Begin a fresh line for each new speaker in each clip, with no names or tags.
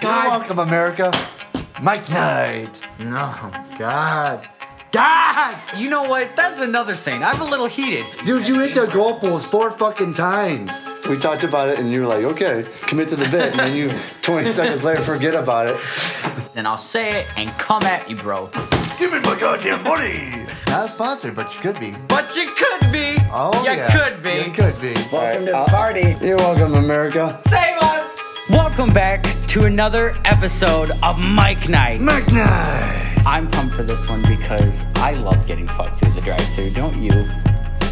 God.
welcome, America. Mike Knight.
No, God. God!
You know what? That's another thing. I'm a little heated.
Dude, you hit the goalpost four fucking times.
We talked about it, and you were like, okay, commit to the bit. And then you, 20 seconds later, forget about it.
Then I'll say it and come at you, bro.
Give me my goddamn money. Not sponsored, but you could be.
But you could be.
Oh,
you
yeah.
could be.
You could be.
Welcome
All uh,
to the party.
You're welcome, America.
Save us. Welcome back to another episode of Mike Night.
Mike Knight.
I'm pumped for this one because I love getting fucked through the drive-through. Don't you?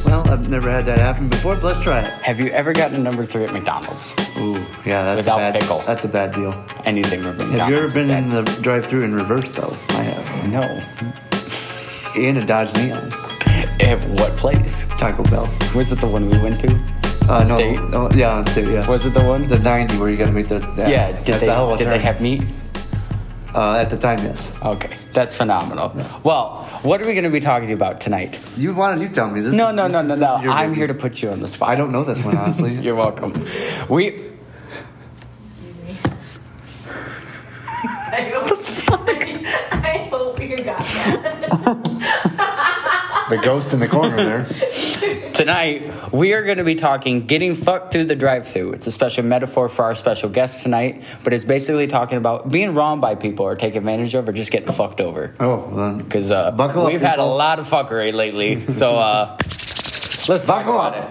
Well, I've never had that happen before, but let's try it.
Have you ever gotten a number three at McDonald's?
Ooh, yeah, that's
Without
a bad,
pickle.
That's a bad deal. Have
Anything from McDonald's?
you ever
is
been
bad.
in the drive-through in reverse though? I have.
No.
And a Dodge Neon,
At what place?
Taco Bell.
Was it the one we went to?
Uh, no,
State?
no, yeah, on state, yeah.
Was it the one?
the 90 where you gotta make the yeah?
yeah. Did
that's a hell of
they
a
did they
turn.
have meat?
uh, at the time? Yes.
Okay, that's phenomenal. Well, what are we going to be talking about tonight?
You why don't you tell me this?
No,
is-
no,
this
no,
is-
no,
this
no.
is your
I'm
baby.
here to put you on the spot.
I don't know this one honestly.
You're welcome. We.
I hope, I hope you got that.
the ghost in the corner there.
Tonight, we are going to be talking getting fucked through the drive through. It's a special metaphor for our special guest tonight, but it's basically talking about being wronged by people or taken advantage of or just getting fucked over.
Oh, well, then.
Because uh,
Buckle up,
we've had a
people.
lot of fuckery lately. So uh, let's
Buckle
talk about
up.
it.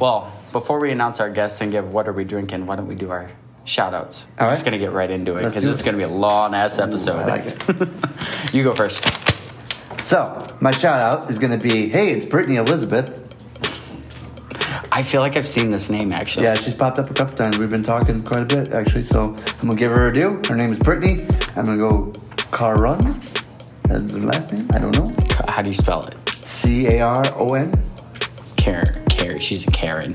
Well, before we announce our guest and give what are we drinking, why don't we do our shout outs? I'm
All
just
right.
going to get right into it
Let's
because
do
this
it.
is going to be a long ass episode.
I like
it. you go first.
So my shout out is gonna be, hey, it's Brittany Elizabeth.
I feel like I've seen this name actually.
Yeah, she's popped up a couple times. We've been talking quite a bit actually, so I'm gonna give her a due. Her name is Brittany. I'm gonna go Caron. That's the last name. I don't know.
How do you spell it?
C A R O N.
Karen. Karen. She's a Karen.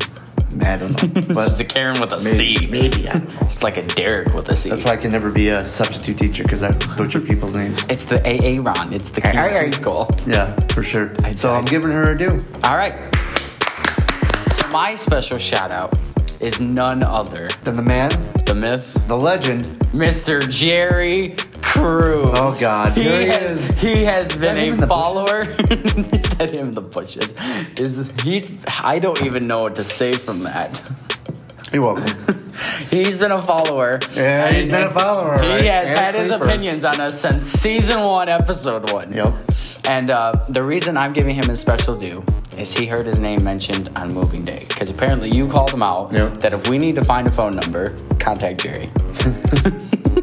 I don't know.
she's a
But
Karen with a C.
maybe- maybe, I don't
It's like a Derek with a C.
that's why I can never be a substitute teacher because I butcher people's names.
It's the AA Ron. It's the Karen
Hey, hey.
preschool.
Yeah, for sure.
I-
so
I-
I'm giving her a due.
All right. So my special shout out is none other
Then the man,
the myth,
the legend,
Mr. Jerry Cruz.
Oh, God.
he,
Here he
has,
is.
he has been
that him in
a
the
follower. That him in the bushes. Is he's? I don't even know what to say from that.
you're welcome.
He's been a follower.
Yeah,
And
he's been a follower,
He
right?
has
And
had
a
his
creeper.
opinions on us since season one, episode one.
Yep.
And uh, the reason I'm giving him his special due is he heard his name mentioned on moving day. Because apparently you called him out
Yep.
that if we need to find a phone number, contact Jerry.
For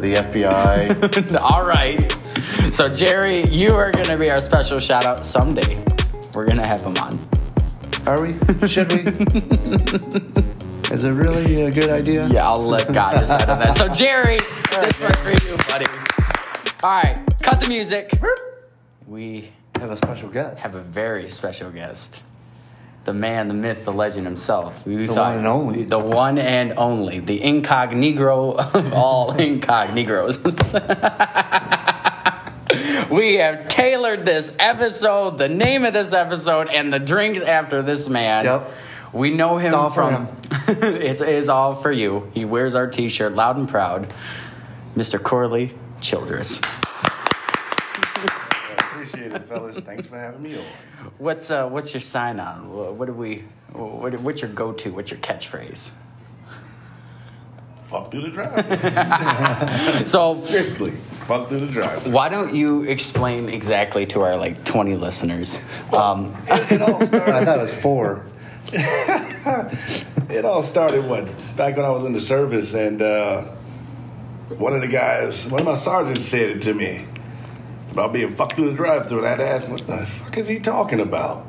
the FBI.
All right. So, Jerry, you are going to be our special shout out someday. We're going to have him on.
Are we? Should we? Is it really a good idea?
Yeah, I'll let God decide on that. So, Jerry, this one's for you, buddy. All right, cut the music. We
I have a special guest.
have a very special guest. The man, the myth, the legend himself. We the
one and only.
The one and only. The incognito of all incognitos. we have tailored this episode, the name of this episode, and the drinks after this man.
Yep.
We know him
all for
from.
him.
it's, it's all for you. He wears our t shirt loud and proud. Mr. Corley Childress.
Appreciate it, fellas. Thanks for having me on.
What's uh, what's your sign on? Wha- What do we? What, what's your go to? What's your catchphrase?
Fuck through the drive.
So
Strictly. Fuck through the drive.
why don't you explain exactly to our like twenty listeners? Um,
It all
I
started.
thought it was four.
It all started what? Back when I was in the service, and uh, one of the guys, one of my sergeants, said it to me about being fucked through the drive-through, and I had to ask him, "What the fuck is he talking about?"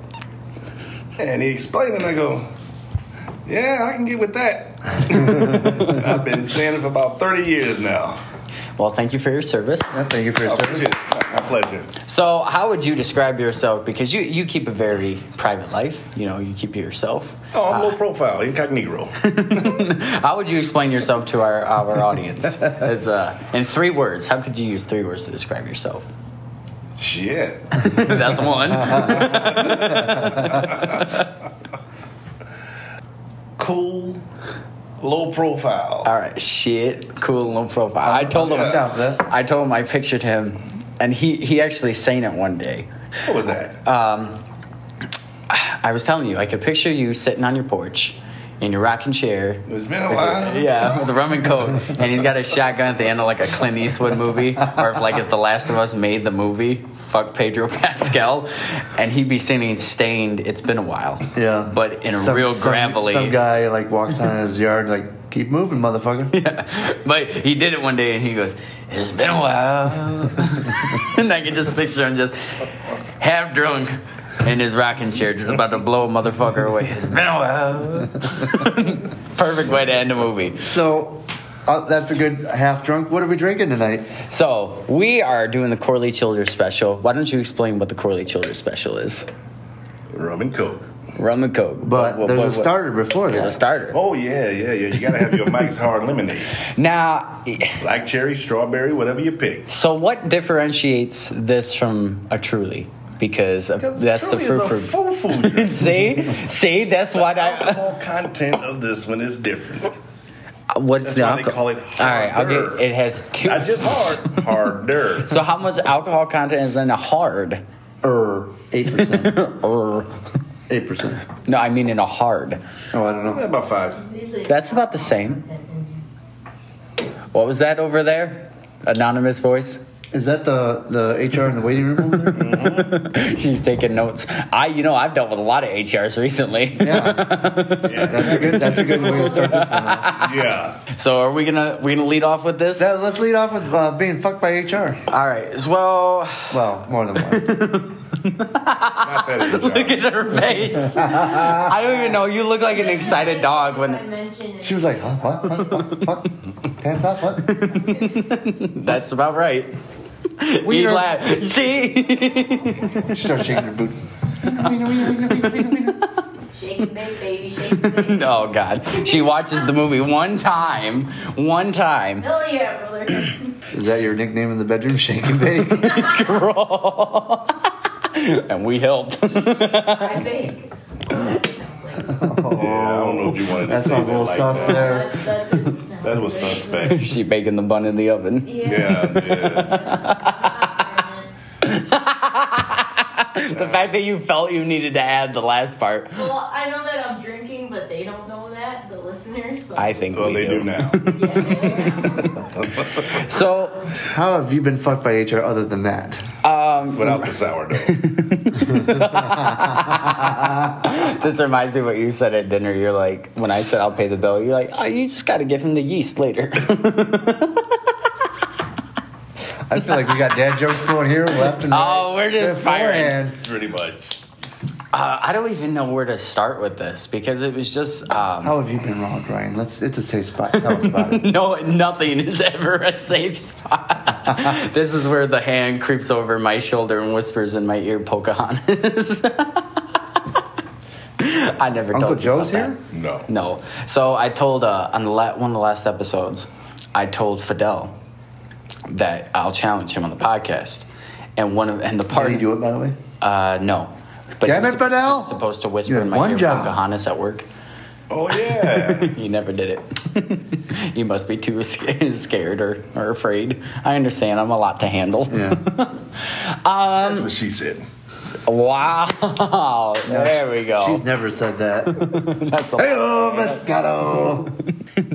And he explained, it, and I go, "Yeah, I can get with that." I've been saying it for about thirty years now.
well, thank you for your service.
Yeah, thank you for your
I
service.
appreciate it. My pleasure.
So how would you describe yourself? Because you you keep a very private life. You know, you keep yourself. Uh,
Oh, I'm low profile, incognito.
How would you explain yourself to our our audience? As uh, in three words, how could you use three words to describe yourself?
Shit.
That's one.
cool, low profile.
All right, shit, cool, low profile. I told him.
I'm
down for that.
I told him I pictured him, and he he actually sang it one day.
What was that?
Um, I was telling you, I could picture you sitting on your porch in your rocking chair.
it's been a
with
while.
a- yeah, with a rum and coke, and he's got a shotgun at the end of like a Clint Eastwood movie, or if like if The Last of Us made the movie, fuck Pedro Pascal, and he'd be singing "Stained." It's been a while.
Yeah.
but in a
Some-
real
some-
gravelly.
Some guy like walks on his yard like, keep moving, motherfucker.
but he did it one day and he goes, It's been a while. and I can just picture him just half drunk in his rocking chair, just about to blow a motherfucker away. It's been a while. Perfect way to end a movie.
So uh, that's a good half drunk. What are we drinking tonight?
So, we are doing the Corley Childers special. Why don't you explain what the Corley Childers special is?
Rum and Coke.
Rum and Coke.
But
What-
there's
what-
a
what-
starter before
There's a
that.
starter.
Oh, yeah, yeah, yeah. You got to have your Mike's Hard Lemonade.
Now,
Black cherry, strawberry, whatever you pick.
so what differentiates this from a Truly? Because of- that's the
Truly
fruit
is a
fruit.
Foo foo drink.
see, see, that's what I.
alcohol content of this one is different.
What's
That's
the
why they
alcohol?
call it
All right, I'll
harder.
get. It has two.
Not just hard, harder.
so how much alcohol content is in a hard?
Er, 8%.
Or
8%.
no, I mean in a hard.
Oh, I don't know.
About five.
That's about the same. What was that over there? Anonymous voice.
Is that the, the HR in the waiting room? over there?
He's taking notes. I, you know, I've dealt with a lot of HRs recently.
yeah.
Yeah.
That's a good, that's a good way to start this one. off.
yeah.
So are we gonna we gonna lead off with this?
Now, let's lead off with uh, being fucked by HR.
All right. so- Well,
Well, more than one.
Not that is a job.
look at her face. I don't even know. You look like an excited dog when.
I mentioned it.
She was like, huh, what, what, what, what? Pants off, what?
That's about right.
We
We
are-
laugh. See?
She starts shaking her boot.
Shake and bake, baby, shake and bake.
oh God. She watches the movie one time. One time.
Hell yeah, brother.
Is that your nickname in the bedroom? Shake and bake?
Girl. and we helped.
I bake. That sounds like-
Yeah, I don't know if you wanted to
That
say
sounds a
that
little
like
sus
that.
there.
That doesn't sound
That was
great.
suspect.
she baking the bun in the oven.
Yeah.
Yeah, yeah.
The fact that you felt you needed to add the last part,
Well, I know that I'm drinking, but they don't know that, the listeners. So.
I think
Well,
we
they
do.
do now.
Yeah, yeah.
So,
How have you been fucked by HR other than that?
um,
Without the sourdough.
this reminds me of what you said at dinner. You're like, when I said I'll pay the bill, you're like, oh, you just got to give him the yeast later.
I feel like we got dad jokes going here, left and right.
oh, we're just firing.
Beforehand.
Pretty much.
Uh, I don't even know where to start with this because it was just um,
How have you been wrong, Ryan? Let's. It's a safe spot. Tell us about it.
no, nothing is ever a safe spot. this is where the hand creeps over my shoulder and whispers in my ear, Pocahontas. I never
Uncle
told you about
Joe's here?
that.
No.
No. So I told uh, on the la- one of the last episodes, I told Fidel that I'll challenge him on the podcast, and one of and the
How
part
do you do it, by the way?
Uh, no. But
Damn
he was
it,
supp-
Fidel.
he was supposed to whisper
You had
in my
one
ear
job.
Pocahontas at work.
Oh, yeah.
You never did it. you must be too sca- scared or, or afraid. I understand. I'm a lot to handle.
Yeah.
That's what she said.
Wow. There we go.
She's never said that.
That's a
hey, oh, Moscato.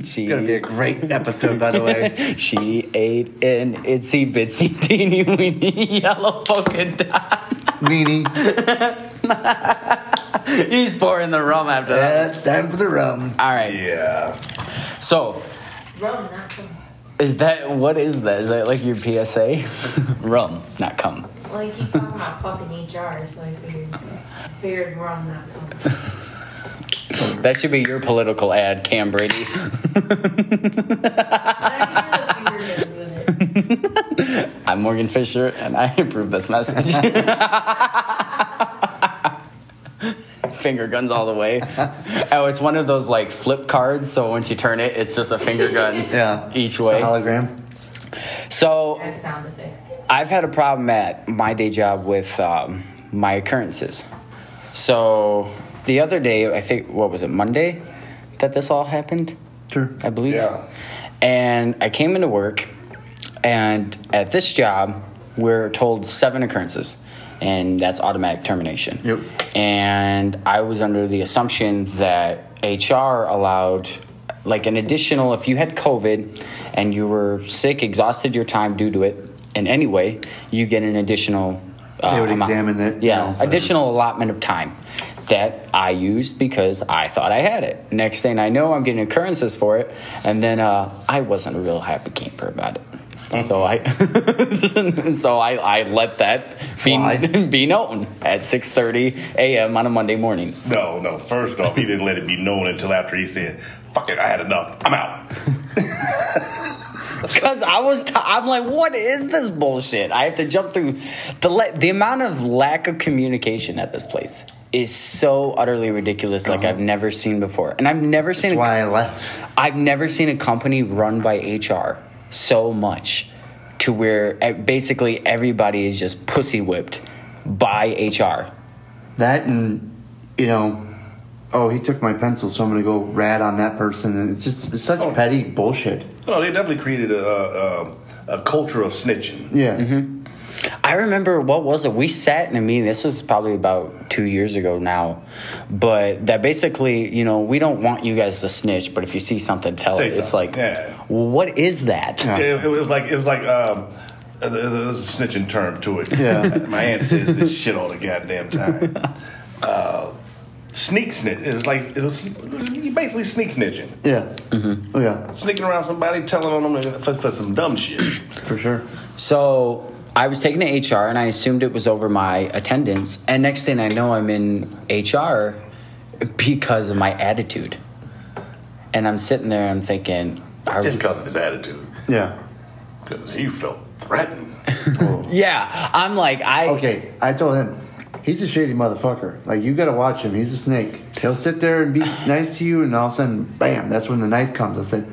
she,
Gonna be a great episode, by the way.
she ate an itsy bitsy teeny weeny yellow polka dot.
Meanie.
He's pouring the rum after that.
Yeah, it's uh, time for the rum.
All right.
Yeah.
So,
Rum, not cum.
is that what is that? Is that like your PSA? rum, not cum.
Well, you keep talking about fucking HR, so I figured, figured rum, not cum.
That should be your political ad, Cam Brady.
But I can do the figured with it.
I'm Morgan Fisher, and I approve this message. finger guns all the way. Oh, it's one of those like flip cards, so once you turn it, it's just a finger gun
Yeah.
each
It's a
way.
hologram.
So
Add sound effects.
I've had a problem at my day job with um, my occurrences. So the other day, I think, what was it, Monday that this all happened?
Sure.
I believe.
Yeah.
And I came into work, and at this job, we're told seven occurrences, and that's automatic termination.
Yep.
And I was under the assumption that HR allowed, like, an additional, if you had COVID and you were sick, exhausted your time due to it in any way, you get an additional. Uh,
They would
amount.
examine it, you
Yeah,
know, for-
additional allotment of time that I used because I thought I had it. Next thing I know, I'm getting occurrences for it, and then uh, I wasn't a real happy camper about it.
Mm-hmm.
So I, so I, I let that be,
Fly.
be known at 6:30 a.m. on a Monday morning.
No, no. First off, he didn't let it be known until after he said, "Fuck it, I had enough. I'm out."
Because I was, t- I'm like, what is this bullshit? I have to jump through the le- the amount of lack of communication at this place is so utterly ridiculous, like I've never seen before, and I've never seen.
Uh-huh. That's
a-
why I left.
I've never seen a company run by HR so much to where eh, basically everybody is just pussy whipped by HR.
That and you know, oh, he took my pencil, so I'm gonna go rat on that person, and it's just it's
Oh.
such petty bullshit.
No, they definitely created a a, a culture of snitching.
Yeah,
I remember what was it? We sat in a meeting. This was probably about two years ago now, but that basically, you know, we don't want you guys to snitch, but if you see something, tell
Say
it. It's
something,
like,
yeah.
what is that?
It, it was like it was like um, it was a snitching term to it.
Yeah.
my aunt says this shit all the goddamn time. Uh, sneak snitch. It was like it was you basically sneak snitching,
yeah, mm-hmm. oh yeah,
sneaking around somebody, telling on them for, for some dumb shit.
for sure.
So I was taken to HR and I assumed it was over my attendance. And next thing I know, I'm in HR because of my attitude. And I'm sitting there, I'm thinking, are
Just
we,
because of his attitude,
Yeah.
because he felt threatened. Oh,
yeah, I'm like, I,
Okay, I told him he's a shady motherfucker. Like you gotta watch him. He's a snake. He'll sit there and be nice to you, and all of a sudden, bam! That's when the knife comes. I said,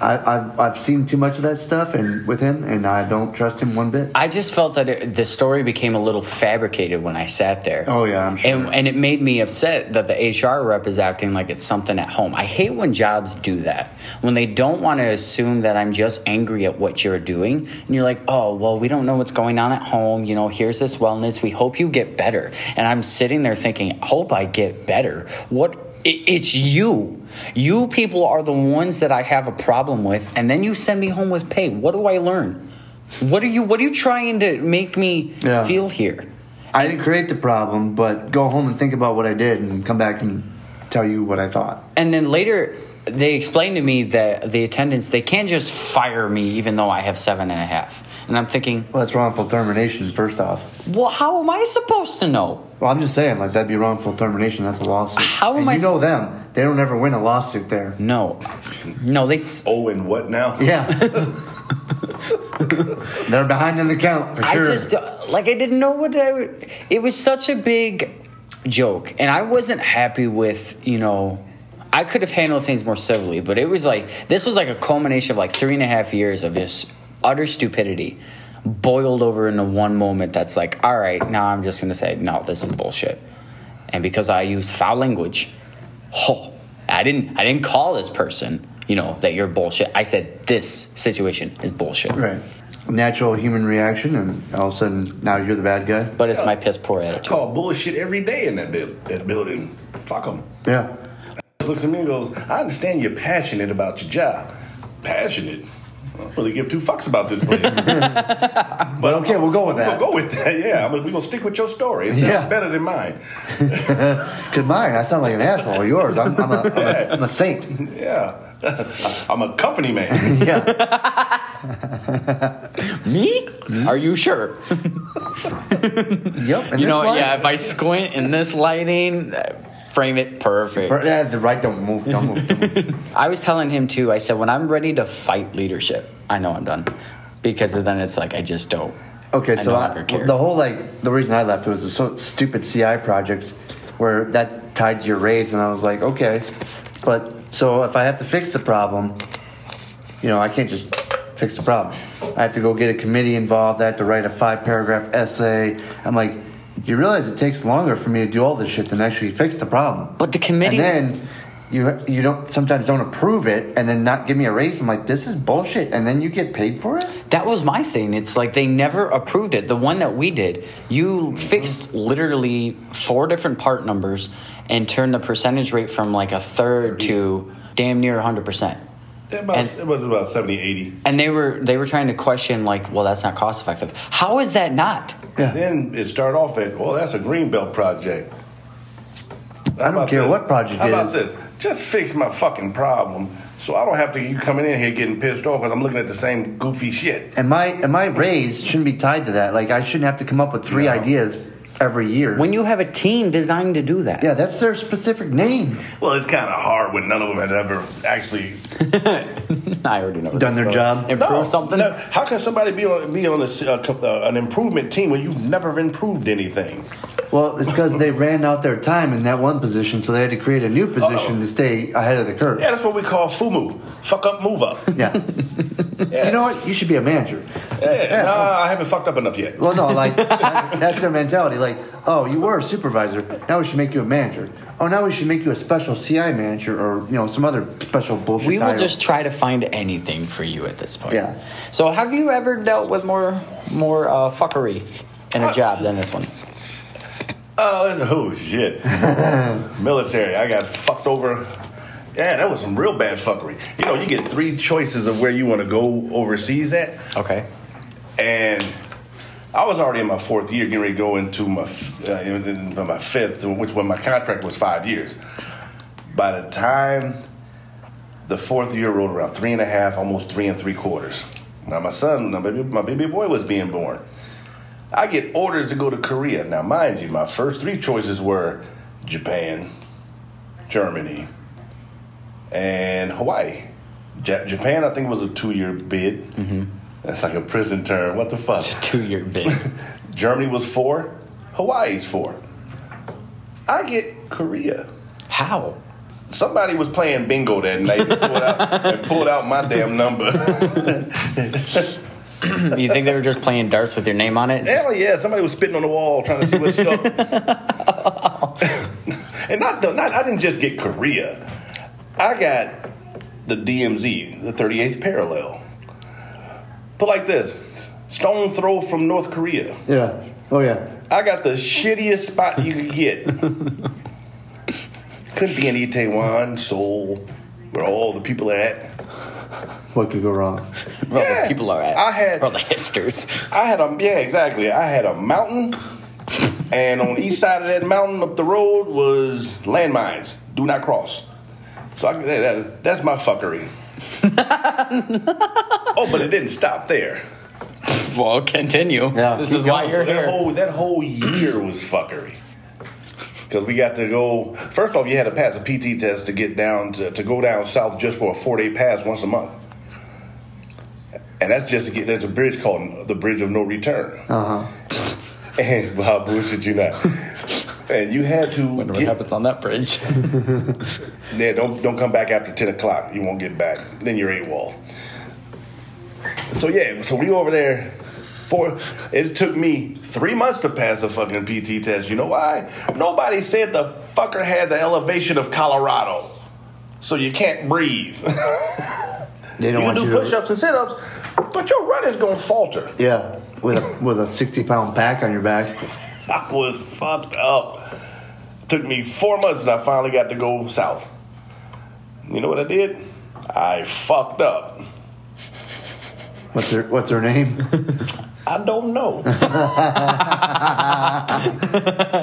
I, I've I've seen too much of that stuff, and with him, and I don't trust him one bit.
I just felt that it, the story became a little fabricated when I sat there.
Oh, yeah, I'm sure.
And, and it made me upset that the HR rep is acting like it's something at home. I hate when jobs do that when they don't want to assume that I'm just angry at what you're doing, and you're like, "Oh, well, we don't know what's going on at home. You know, here's this wellness. We hope you get better." And I'm sitting there thinking, "Hope I get better." What it, it's you. You people are the ones that I have a problem with, and then you send me home with pay. What do I learn? What are you? What are you trying to make me
Yeah.
feel here?
I didn't create the problem, but go home and think about what I did, and come back and tell you what I thought.
And then later, they explained to me that the attendants they can't just fire me even though I have seven and a half. And I'm thinking,
Well, that's wrongful termination. First off,
well, how am I supposed to know?
well, I'm just saying, like that'd be wrongful termination. That's a lawsuit.
How am
and
I
You know
s-
them. They don't ever win a lawsuit there.
No, no, they. s-
Oh, and what now?
Yeah. They're behind in the count for
I
sure.
just like I didn't know what I. It was such a big joke, and I wasn't happy with you know. I could have handled things more civilly, but it was like this was like a culmination of like three and a half years of just utter stupidity boiled over into one moment that's like, all right, now I'm just gonna say, no, this is bullshit. And because I used foul language, oh, I didn't I didn't call this person, you know, that you're bullshit. I said this situation is bullshit.
right. Natural human reaction, and all of a sudden now you're the bad guy.
But it's my piss poor attitude.
Call bullshit every day in that, buil- that building. Fuck them.
Yeah.
Just looks at me and goes, I understand you're passionate about your job. Passionate? I don't really give two fucks about this place. but
okay, we'll go with that.
We'll go with that, yeah. I mean, we're going to stick with your story. It's
Yeah.
better than mine.
Cause mine, I sound like an asshole. Yours, I'm, I'm, a, I'm, a, I'm a saint.
Yeah. I'm a company man.
Yeah.
Me? Are you sure?
Yep. and
you
this
know,
one-
yeah. If I squint in this lighting, uh, frame it perfect.
Right, yeah, the right don't move. Don't move. Don't move.
I was telling him too. I said when I'm ready to fight leadership, I know I'm done, because then it's like I just don't.
Okay,
I
so
no
I-
longer care.
the whole like the reason I left was the so stupid CI projects where that tied to your raise, and I was like, okay, but so if I have to fix the problem, you know, I can't just fix the problem. I have to go get a committee involved. I have to write a five paragraph essay. I'm like, do you realize it takes longer for me to do all this shit than actually fix the problem?
But the committee-
and then. you you don't sometimes don't approve it and then not give me a raise. I'm like, this is bullshit, and then you get paid for it.
That was my thing. It's like they never approved it. The one that we did, you fixed literally four different part numbers and turned the percentage rate from like a third to damn near 100%.
It, about,
And-
it was about 70, 80.
And they were they were trying to question like, well, that's not cost effective. How is that not?
Then it started off at, well, that's a greenbelt project.
I don't care what project
How
it
about
is.
this? Just fix my fucking problem, so I don't have to you coming in here getting pissed off because I'm looking at the same goofy shit.
And my and my raise shouldn't be tied to that. Like I shouldn't have to come up with three ideas every year.
When you have a team designed to do that,
yeah, that's their specific name.
Well, it's kind of hard when none of them had ever actually
I already know. where
Done
this
their
goes.
job.
Improve
No,
something.
no. How can somebody be on be on a s uh, co- uh, an improvement team when you've never improved anything?
Well, it's because they ran out their time in that one position, so they had to create a new position
Uh-oh.
to stay ahead of the curve.
Yeah, that's what we call FUMU. Fuck up, move up.
Yeah. You know what? You should be a manager.
Yeah, nah, I haven't fucked up enough yet.
Well, no, like that, that's their mentality. Like, oh, you were a supervisor. Now we should make you a manager. Oh, now we should make you a special CI manager, or you know, some other special bullshit.
We will
title.
just try to find anything for you at this point.
Yeah.
So, have you ever dealt with more more uh, fuckery in a
Uh,
job than this one?
Oh, that's- oh shit! Military. I got fucked over. Yeah, that was some real bad fuckery. You know, you get three choices of where you want to go overseas at,
Okay.
and I was already in my fourth year, getting ready to go into my f- uh, in- in my fifth, which when my contract was five years. By the time the fourth year rolled around, three and a half, almost three and three quarters. Now my son, my baby, my baby boy was being born. I get orders to go to Korea. Now, mind you, my first three choices were Japan, Germany, and Hawaii. Ja- Japan, I think, was a two-year bid. Mm-hmm. That's like a prison term. What the fuck?
Two year bid.
Germany was four. Hawaii's four. I get Korea.
How?
Somebody was playing bingo that night and pulled out, and pulled out my damn number.
Hmm, You think they were just playing darts with your name on it?
Hell yeah! Somebody was spitting on the wall trying to see what's up. and not, the- not I didn't just get Korea. I got the DMZ, the 38th parallel. Put like this: stone throw from North Korea.
yeah. Oh yeah.
I got the shittiest spot you could get. Couldn't be in Itaewon, Seoul, where all the people are at.
What could go wrong?
Where all the
Yeah.
people are at.
I had-
Where all the hipsters.
I had a yeah, exactly. I had a mountain, and on each side of that mountain up the road was landmines. Do not cross. So I, that, that- that's my fuckery. oh, but it didn't stop there.
Well, continue.
Yeah.
This
Keep
is why
So
you're
that
here.
Whole, that whole year was fuckery. Because we got to go. First off, you had to pass a PT test to get down to, to go down south just for a four day pass once a month. And that's just to get. There's a bridge called the Bridge of No Return.
Uh huh.
And Bob bullshit you not. And you had to
What
get
happens on that bridge?
yeah, don't don't come back after ten o'clock. You won't get back. Then you're eight wall. So yeah, so we over there. Four. It took me three months to pass a fucking PT test. You know why? Nobody said the fucker had the elevation of Colorado, so you can't breathe.
They
you
don't
can
want
do
you to.
push-ups and sit-ups, but your runner's gonna falter.
Yeah. With a with a sixty pound pack on your back.
I was fucked up. Took me four months and I finally got to go south. You know what I did? I fucked up.
What's her What's her name?
I don't know.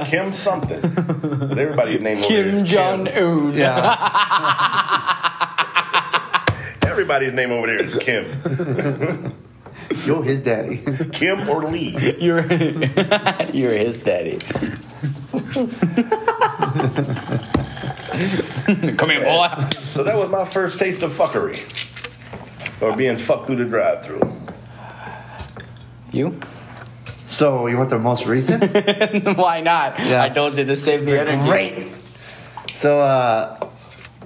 Kim something. But everybody's name over there
Kim
is
Jong
Kim.
Un.
Yeah.
Everybody's name over there is Kim.
Yo, his daddy.
Kim or Lee.
You're, you're his daddy. Come here, boy.
So that was my first taste of fuckery. Or being fucked through the drive through.
You?
So you want the most recent?
Why not?
Yeah.
I told you to save the energy.
Great. So uh,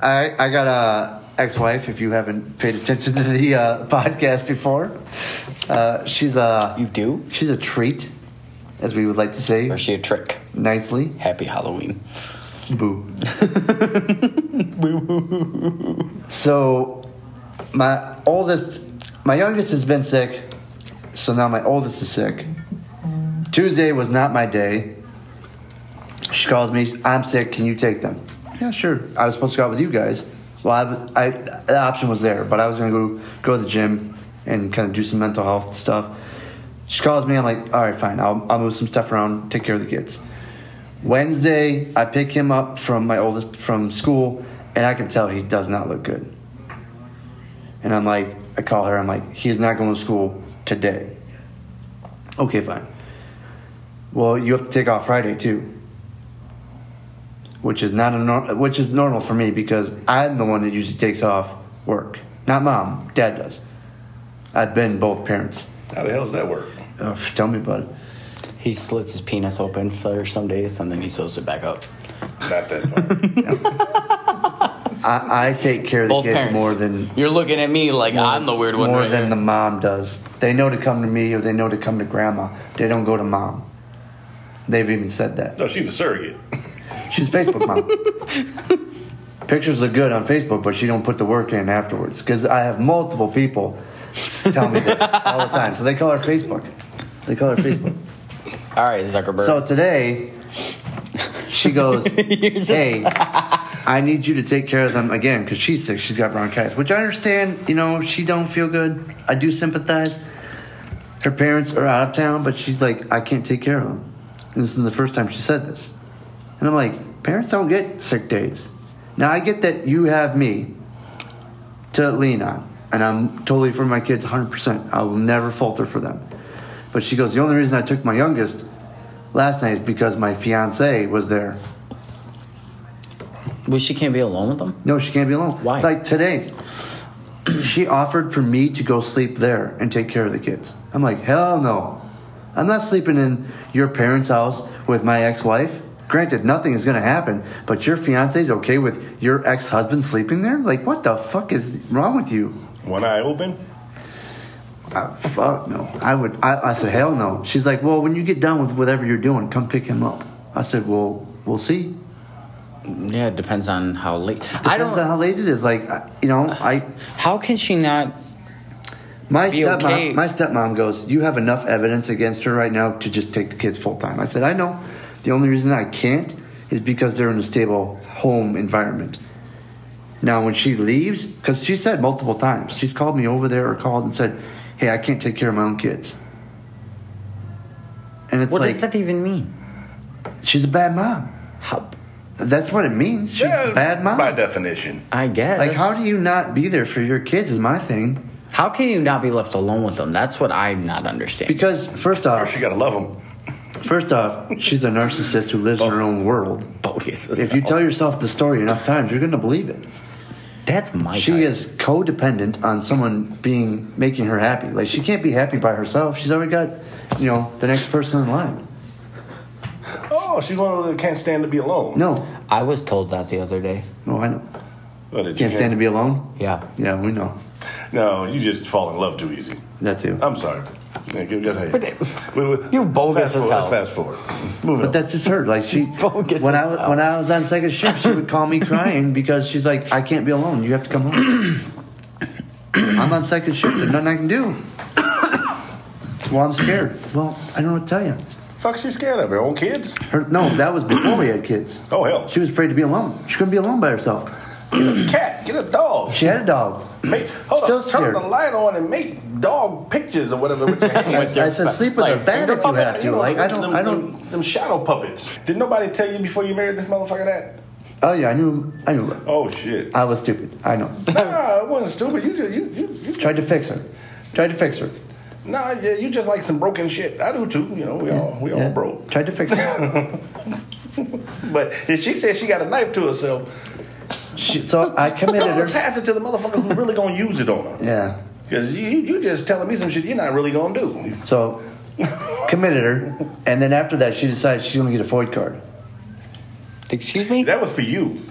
I I got a ex-wife. If you haven't paid attention to the uh, podcast before, uh, she's a
You do?
she's a treat, as we would like to say
Or is she a trick?
nicely.
Happy Halloween.
Boo. so, my oldest, my youngest has been sick, so now my oldest is sick. Tuesday was not my day. She calls me, I'm sick, can you take them? Yeah, sure. I was supposed to go out with you guys. Well, I, was- I the option was there, but I was gonna go go to the gym and kind of do some mental health stuff. She calls me, I'm like, all right, fine, I'll, I'll move some stuff around, take care of the kids. Wednesday, I pick him up from my oldest from school, and I can tell he does not look good. And I'm like, I call her, I'm like, he is not going to school today. Okay, fine. Well, you have to take off Friday too, which is not a nor- which is normal for me because I'm the one that usually takes off work, not mom. Dad does. I've been both parents.
How the hell does that work?
Ugh, tell me about it.
He slits his penis open for some days and then he sews it back up.
Not that part.
I, I take care of the
Both
kids
parents.
more than
You're looking at me like I'm the weird one.
more
right
than
here.
the mom does. They know to come to me or they know to come to grandma. They don't go to mom. They've even said that.
no, she's a surrogate.
She's Facebook mom. Pictures look good on Facebook, but she don't put the work in afterwards. Because I have multiple people tell me this all the time. So they call her Facebook. They call her Facebook.
All right, Zuckerberg.
So today, she goes, "Hey, I need you to take care of them again because she's sick. She's got bronchitis, which I understand. You know, she don't feel good. I do sympathize. Her parents are out of town, but she's like, I can't take care of them. And this is the first time she said this. And I'm like, parents don't get sick days. Now I get that you have me to lean on, and I'm totally for my kids 100%. I will never falter for them. But she goes, the only reason I took my youngest last night is because my fiance was there.
well, she can't be alone with him?
No, she can't be alone.
Why?
Like today, she offered for me to go sleep there and take care of the kids. I'm like, hell no. I'm not sleeping in your parents' house with my ex wife. Granted, nothing is going to happen, but your fiance's okay with your ex husband sleeping there? Like, what the fuck is wrong with you?
One eye open.
Uh, fuck no. I would. I, I said hell no. She's like, well, when you get done with whatever you're doing, come pick him up. I said, well, we'll see.
Yeah, it depends on how late. I
Depends
don't. Uh,
on how late it is. Like, I- you know, I
How can she not?
my
Be
stepmom.
okay.
My stepmom goes, you have enough evidence against her right now to just take the kids full time. I said, I know. The only reason I can't is because they're in a stable home environment. Now, when she leaves, because she said multiple times, she's called me over there or called and said, hey, I can't take care of my own kids. And it's
What
like
does that even mean?
she's a bad mom.
How?
That's what it means. She's a bad mom.
By definition.
I guess.
Like, how do you not be there for your kids? Is my thing.
How can you not be left alone with them? That's what I'm not understanding.
Because first off,
She gotta love him.
first off, she's a narcissist who lives in her own world.
Bogus. as
If you
hell.
tell yourself the story enough times, you're gonna believe it.
that's my.
She
type.
is codependent on someone being making her happy. Like she can't be happy by herself. She's already got, you know, the next person in line.
Oh, she's one of those that can't stand to be alone.
No,
I was told that the other day.
no, I know.
Well, that you
Can't stand to be alone.
Yeah.
Yeah, we know
No, you just fall in love too easy.
that too.
I'm sorry. Yeah, give- go ahead.
But it-
We- we-
You bogus
fast
as
forward,
hell.
Let's fast forward. Moving
But
on.
that's just her. Like she,
Bogus
when I
as
was,
hell.
when I was on second shift, she would call me crying because she's like, I can't be alone. You have to come home. I'm on second shift. There's nothing I can do. Well, I'm scared. Well, I don't know what to tell you.
Fuck, she's scared of her own kids.
Her, no, that was before we had kids.
Oh hell,
She was afraid to be alone. She couldn't be alone by herself.
cat, get a dog.
She had a dog.
Make, hold
Still
on, turn
scared.
the light on and make dog pictures or whatever with your hands.
I said, sleep with her
like,
bad if you have to.
know,
Like, I don't,
them,
I don't.
Them, them shadow puppets. Did nobody tell you before you married this motherfucker that?
Oh yeah, I knew, I knew.
Oh shit.
I was stupid. I know.
nah, it wasn't stupid. You just you you, you
Tried to fix her. Tried to fix her.
Nah, yeah, you just like some broken shit. I do too. You know, we all we
Yeah.
all broke.
Tried to fix her.
But if she said she got a knife to herself,
She, so I committed
tell her to
her.
pass it to the motherfucker who really gonna use it on her.
Yeah.
Because you you you just telling me some shit you're not really gonna do.
So committed her, and then after that, she decided she's gonna get a void card.
Excuse me.
That was for you.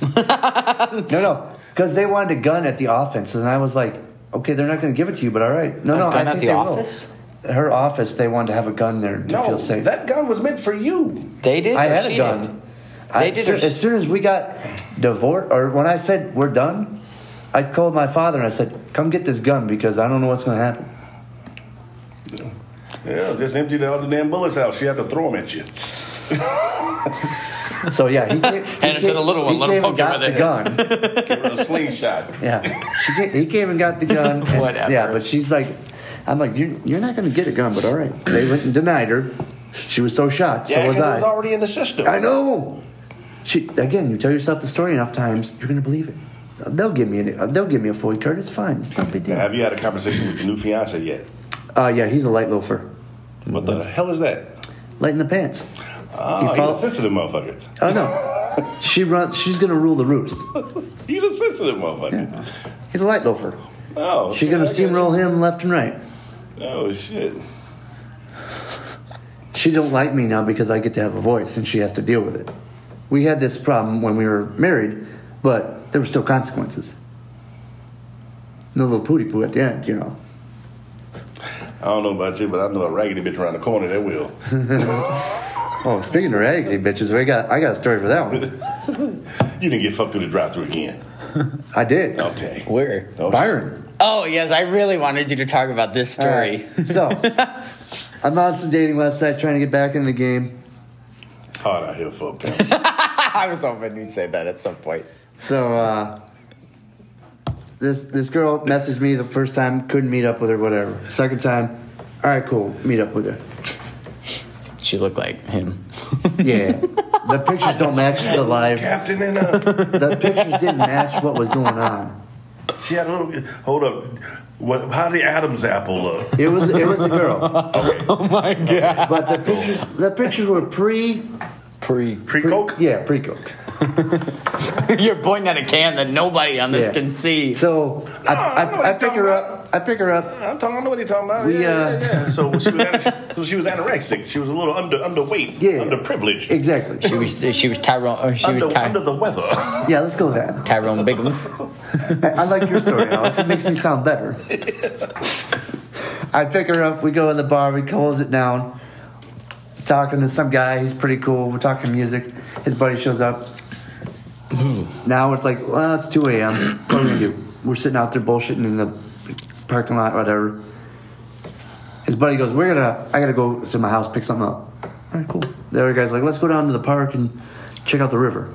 No, no, because they wanted a gun at the offense, and I was like, okay, they're not gonna give it to you, but all right. No,
A
no,
gun
I
at
think
the
they
office?
will. Her office, they wanted to have a gun there to
No,
feel safe.
that gun was meant for you.
They did.
I
or
had
she
a gun.
did?
I I,
They did
as, soon,
their-
as soon as we got divorced, or when I said we're done, I called my father and I said, "Come get this gun because I don't know what's going to happen."
Yeah, just empty all the damn bullets out. She had to throw them at you.
So yeah, he came,
Hand it to the little one,
He
let him
came
poke
and got
him
the
with
gun.
Give her a slingshot.
Yeah, she came, he came and got the gun. and-
Whatever.
Yeah, but she's like, I'm like, you, you're not going to get a gun, but all right. They went and denied her. She was so shocked.
Yeah,
so
'cause
was
it
I.
was already in the system.
I know. She again. You tell yourself the story enough times, you're going to believe it. They'll give me an, they'll give me a Floyd card. It's fine. It's not a big deal.
Have you had a conversation with the new fiance yet?
Uh, yeah, he's a light loafer,
What the
Mm-hmm.
hell is that?
light in the pants.
Oh,
follow-
he's a sensitive motherfucker.
Oh no, she runs. She's going to rule the roost.
He's a sensitive motherfucker.
He's a light loafer.
Oh,
She's going to
shit, I got
steamroll him left and right.
you. Oh shit.
she don't like me now because I get to have a voice and she has to deal with it. We had this problem when we were married, but there were still consequences. No little pooty poo at the end, you know.
I don't know about you, but I know a raggedy bitch around the corner that will.
Oh, speaking of raggedy bitches, we got I got a story for that one.
You didn't get fucked through the drive-through again.
I did.
Okay.
Where?
Oh,
Byron.
Oh yes, I really wanted you to talk about this story.
All right, so I'm on some dating websites trying to get back in the game.
It's hard out here for a pimp.
I was hoping you'd say that at some point.
So uh, this this girl messaged me the first time, couldn't meet up with her, whatever. Second time, all right, cool, meet up with her.
She looked like him.
Yeah, the pictures don't match the live.
Captain and uh,
The pictures didn't match what was going on.
she had a little. Hold up. What? How the Adam's apple look?
It was it was a girl,
Okay.
Oh, My God.
but the pictures the pictures were pre,
Pre.
pre
Pre coke.
Yeah, pre coke.
You're pointing at a can that nobody on this
Yeah.
can see.
So I,
I know what
I, I
you're
pick her
talking
up. I pick her up.
I'm talking. I know what he's talking about.
We,
yeah,
uh,
yeah, yeah. So she was, ana- so she was anorexic. She was a little under underweight.
Yeah.
Underprivileged.
Exactly.
She was, she was Tyrone. Or she
under,
was Ty,
under the weather.
Yeah, let's go with that.
Tyrone Biggums.
I, I like your story, Alex. It makes me sound better. I pick her up. We go in the bar. We close it down. Talking to some guy. He's pretty cool. We're talking music. His buddy shows up. now it's like, well, it's 2 a.m. What are we gonna do? We're sitting out there bullshitting in the parking lot, whatever. His buddy goes, "We're gonna. I gotta go to my house pick something up." All right, cool. The other guy's like, "Let's go down to the park and check out the river."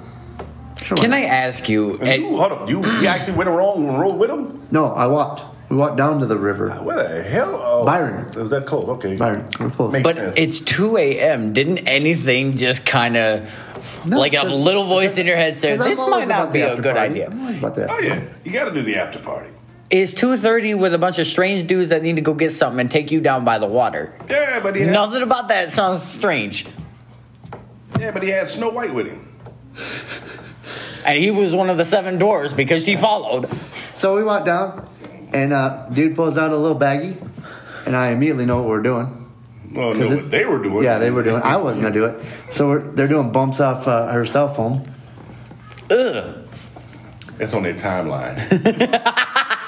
Sure. why
Can
not?
I ask you?
you, hold up. You, you actually went wrong and rolled with him.
No, I walked. We walked down to the river.
What the hell? Oh,
Byron.
It was that close. Okay.
Byron, we're close.
Makes
But
sense.
it's 2 a.m. Didn't anything just kind of
No,
like a
there's-
little voice in your head said,
Because I'm
"This
always
might
about
not
the
be a
after
good
party.
idea."
I'm always about
Oh
that.
yeah, you got to do the after party.
Is 2:30 with a bunch of strange dudes that need to go get something and take you down by the water?
Yeah, but he had,
Nothing about that sounds strange.
yeah, but he had Snow White with him.
And he was one of the seven doors because she followed.
So we walk down, and uh, dude pulls out a little baggie, and I immediately know what we're doing.
Well, no,
it's-
what they were doing.
Yeah, they were doing. I wasn't gonna do it. So we're, they're doing bumps off uh, her cell phone.
Ugh.
That's on their timeline.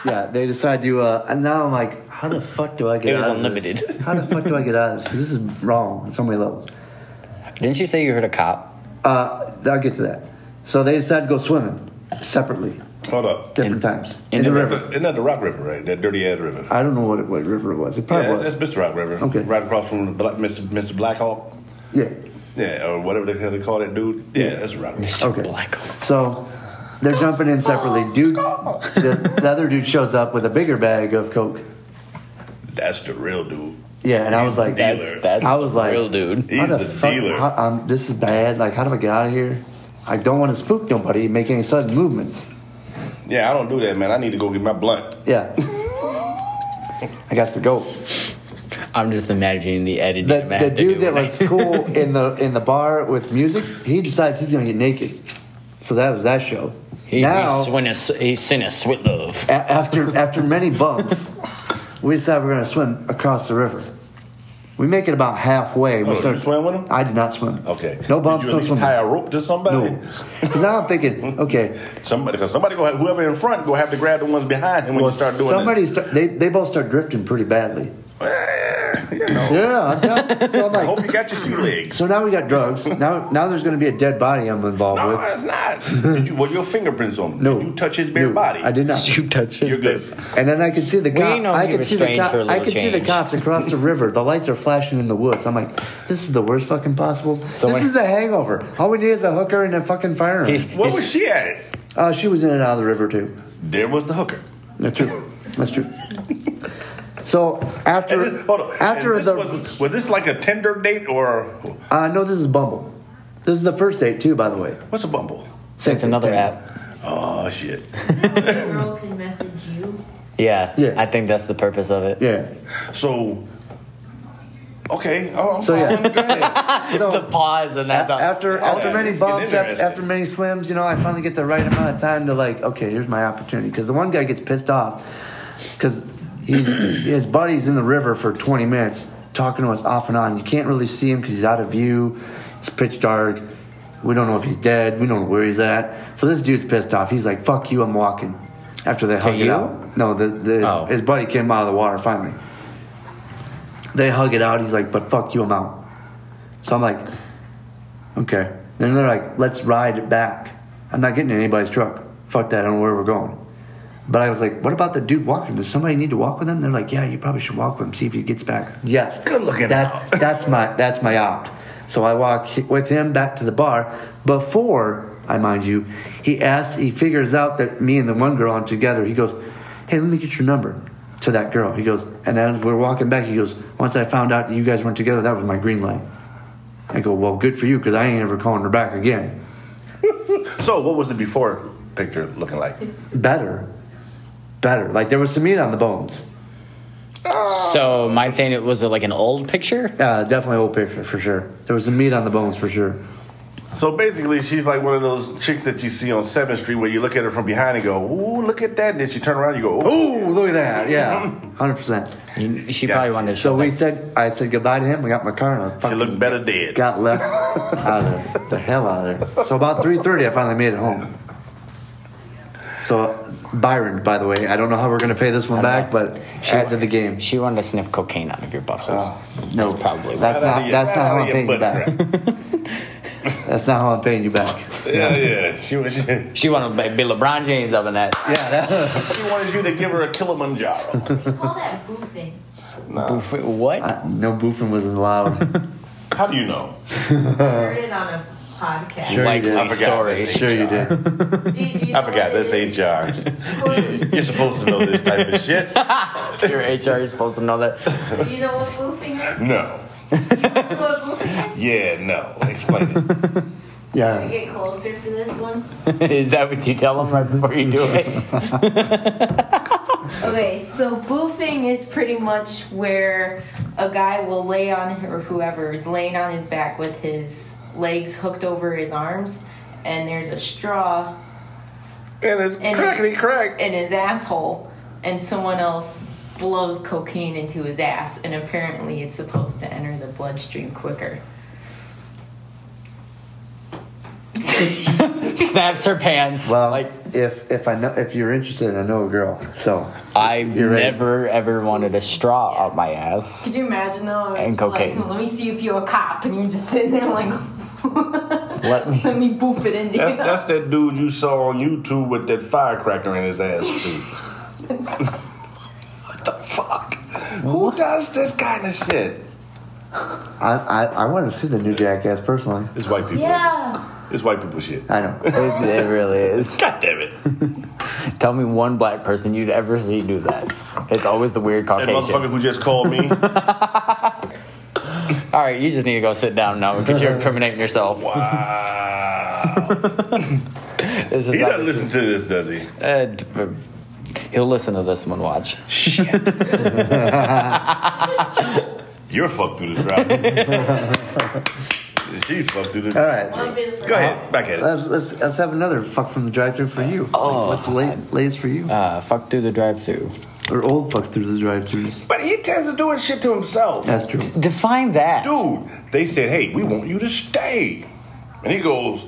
Yeah, they decide to. Uh, and now I'm like, how the fuck do I get?
It was
out of this?
unlimited.
How the fuck do I get out of this? 'Cause this is wrong on so many levels.
Didn't you say you heard a cop?
Uh, I'll get to that. So they decide to go swimming separately,
hold up.
different times in, the, river.
Isn't that the Rock River, right? That dirty ass river.
I don't know what it, what river it was. It probably
Yeah,
was.
that's Mr. Rock River.
Okay.
Right across from the Black, Mr. Mr. Blackhawk.
yeah.
Yeah, or whatever the hell they call that dude. Yeah, that's Rock River.
Okay.
Black.
So they're jumping in separately.
Oh,
Dude, the, the other dude shows up with a bigger bag of coke.
That's the real dude.
Yeah, and I was like,
Dealer.
That's, that's
I was like,
real dude.
He's
how the,
the
fuck?
dealer.
How, um, this is bad. Like, how do I get out of here? I don't want to spook nobody, make any sudden movements.
Yeah, I don't do that, man. I need to go get my blunt.
Yeah. I got to go.
I'm just imagining the editing.
The,
I'm gonna
the
have to
dude
do
that
when I-
was cool in the in the bar with music, he decides he's gonna get naked. So that was that show.
He,
now,
he, swin us, he sent us sweet love.
A- after after many bumps, we decide we're going to swim across the river. We make it about halfway. We
Oh, you swam with him?
I did not swim.
Okay.
No bumps,
Did you
no
at least
swimming.
tie a rope to somebody?
No. Because now I'm thinking, okay,
Somebody, because somebody gonna have, whoever in front gonna have to grab the ones behind him when
well,
you start doing
somebody start, they they both start drifting pretty badly.
this. You know,
Yeah, I'm telling- so I'm
I
like,
hope you got your sea legs.
so now we got drugs. Now, now there's going to be a dead body I'm involved
No,
with.
it's not. Did you, what are your fingerprints on?
No,
Did you touch his bare
No,
body?
I did not.
You touch his
You're
bit.
good.
And then I could see the cop.
know
I
he
could
was
see the
strange
cop.
for a
I
little
could see the
change.
cops across the river. The lights are flashing in the woods. I'm like, this is the worst fucking possible.
So
this
when-
is a hangover. All we need is a hooker and a fucking firearm.
He-
What
he's-
was she at?
Uh, she was in and out of the river too.
There was the hooker.
That's true. That's true. So after
And this- hold on. And
after
this
the
was, was this like a Tinder date or
uh, no, this is Bumble. This is the first date too, by the way.
what's a Bumble?
So it's another app.
Oh shit!
A girl can message you.
Yeah,
Yeah.
I think that's the purpose of it.
Yeah.
So okay. Oh, I'm
So
fine.
yeah. So-
The pause and that.
A- after
Oh,
after
yeah,
many
it's getting
bumps, after,
interesting.
after many swims, you know, I finally get the right amount of time to like, okay, here's my opportunity. Because the one guy gets pissed off because he's his buddy's in the river for 20 minutes talking to us off and on. You can't really see him because he's out of view. It's pitch dark. We don't know if he's dead. We don't know where he's at. So this dude's pissed off. He's like, "Fuck you, I'm walking." After they hug it
you?
out. No, the, the,
Oh.
his buddy came out of the water finally. They hug it out. He's like, "But fuck you, I'm out." So I'm like, Okay. Then they're like, let's ride it back. I'm not getting in anybody's truck. Fuck that. I don't know where we're going. But I was like, what about the dude walking? Does somebody need to walk with him? They're like, yeah, you probably should walk with him. See if he gets back. Yes.
Good looking
That's that's my that's my opt. So I walk hi- with him back to the bar. Before I mind you, he asks. He figures out that me and the one girl are together. He goes, hey, let me get your number to that girl. He goes, and then we're walking back. He goes, once I found out that you guys weren't together, that was my green light. I go, well, good for you, because I ain't ever calling her back again.
So what was the before picture looking like?
Better. Better. Like, there was some meat on the bones.
So my thing it was like an old picture.
Uh, definitely old picture, for sure. There was some meat on the bones, for sure.
So basically, she's like one of those chicks that you see on Seventh Street where you look at her from behind and go, "Ooh, look at that!" Then she turn around, and you go, "Ooh."
Ooh, look at that. Yeah, 100%.
You- She probably wanted to
So
show.
we
that.
said, I said goodbye to him. We got my car and I
She
fucking
looked better dead.
got left out of there. The hell out of there. So about 3.30, I finally made it home. So, Byron, by the way, I don't know how we're going to pay this one
I
back,
don't
but add to the game.
she wanted to sniff cocaine out of your butthole.
Oh, No,
That's probably
that's
Right out of
not
your-
that's
right
not
out
how
of
I'm
your
paying you
butt
back. That's not how I'm paying you back.
Yeah, yeah. She was. She
She wanted to be LeBron James up in that.
Yeah, that,
wanted you to give her a Kilimanjaro.
They call that boofing.
Nah.
Buffet- What?
no boofing was allowed.
How do you know? Uh,
Heard it on a podcast.
Sure you did.
I
Likely
forgot.
story.
That's
Sure you did.
Do you- do you
I
know
forgot.
what it is?
That's HR.
Corey,
You're supposed to know this type of shit.
Your HR is supposed to know that.
Do you know what boofing is?
No.
You know what boofing is?
Yeah, no. Explain it.
Can
Yeah.
we get closer for this one?
is that what you tell them right before you do it?
Okay, so boofing is pretty much where a guy will lay on, or whoever is laying on his back with his legs hooked over his arms, and there's a straw
And it's
And-
crackety crack.
in his asshole, and someone else blows cocaine into his ass, and apparently it's supposed to enter the bloodstream quicker.
Snaps her pants.
Well,
like
if if I know if you're interested, I know a girl. So
I
You're ready.
never ever wanted a straw up my ass.
Could you imagine though?
And
it's
cocaine.
Like, let me see if you're a cop, and you're just sitting there like,
Let me-
let me boof it into
That's,
you.
that's that dude you saw on YouTube with that firecracker in his ass, too. what the fuck? Who does this kind of shit?
I I, I want to see the new Jackass personally.
It's white people.
yeah.
It's white people shit.
I know.
It, it really is.
God damn it.
Tell me one black person you'd ever see do that. It's always the weird
That
Caucasian.
motherfucker who just called me.
All right, you just need to go sit down now because you're incriminating yourself.
wow.
This is
He
not
doesn't listen to this, does he?
Uh, d- he'll listen to this one. Watch.
You're fucked through the drive. She's fucked through the
All
drive.
right.
Go ahead, back at it.
Let's, let's, let's have another fuck from the drive-through for you.
Oh,
what's the late, latest for you?
Uh, fuck through the drive-through.
or old fuck through the drive-throughs?
But he tends to doing shit to himself.
That's true.
Define that.
dude, they said, hey, we want you to stay. And he goes,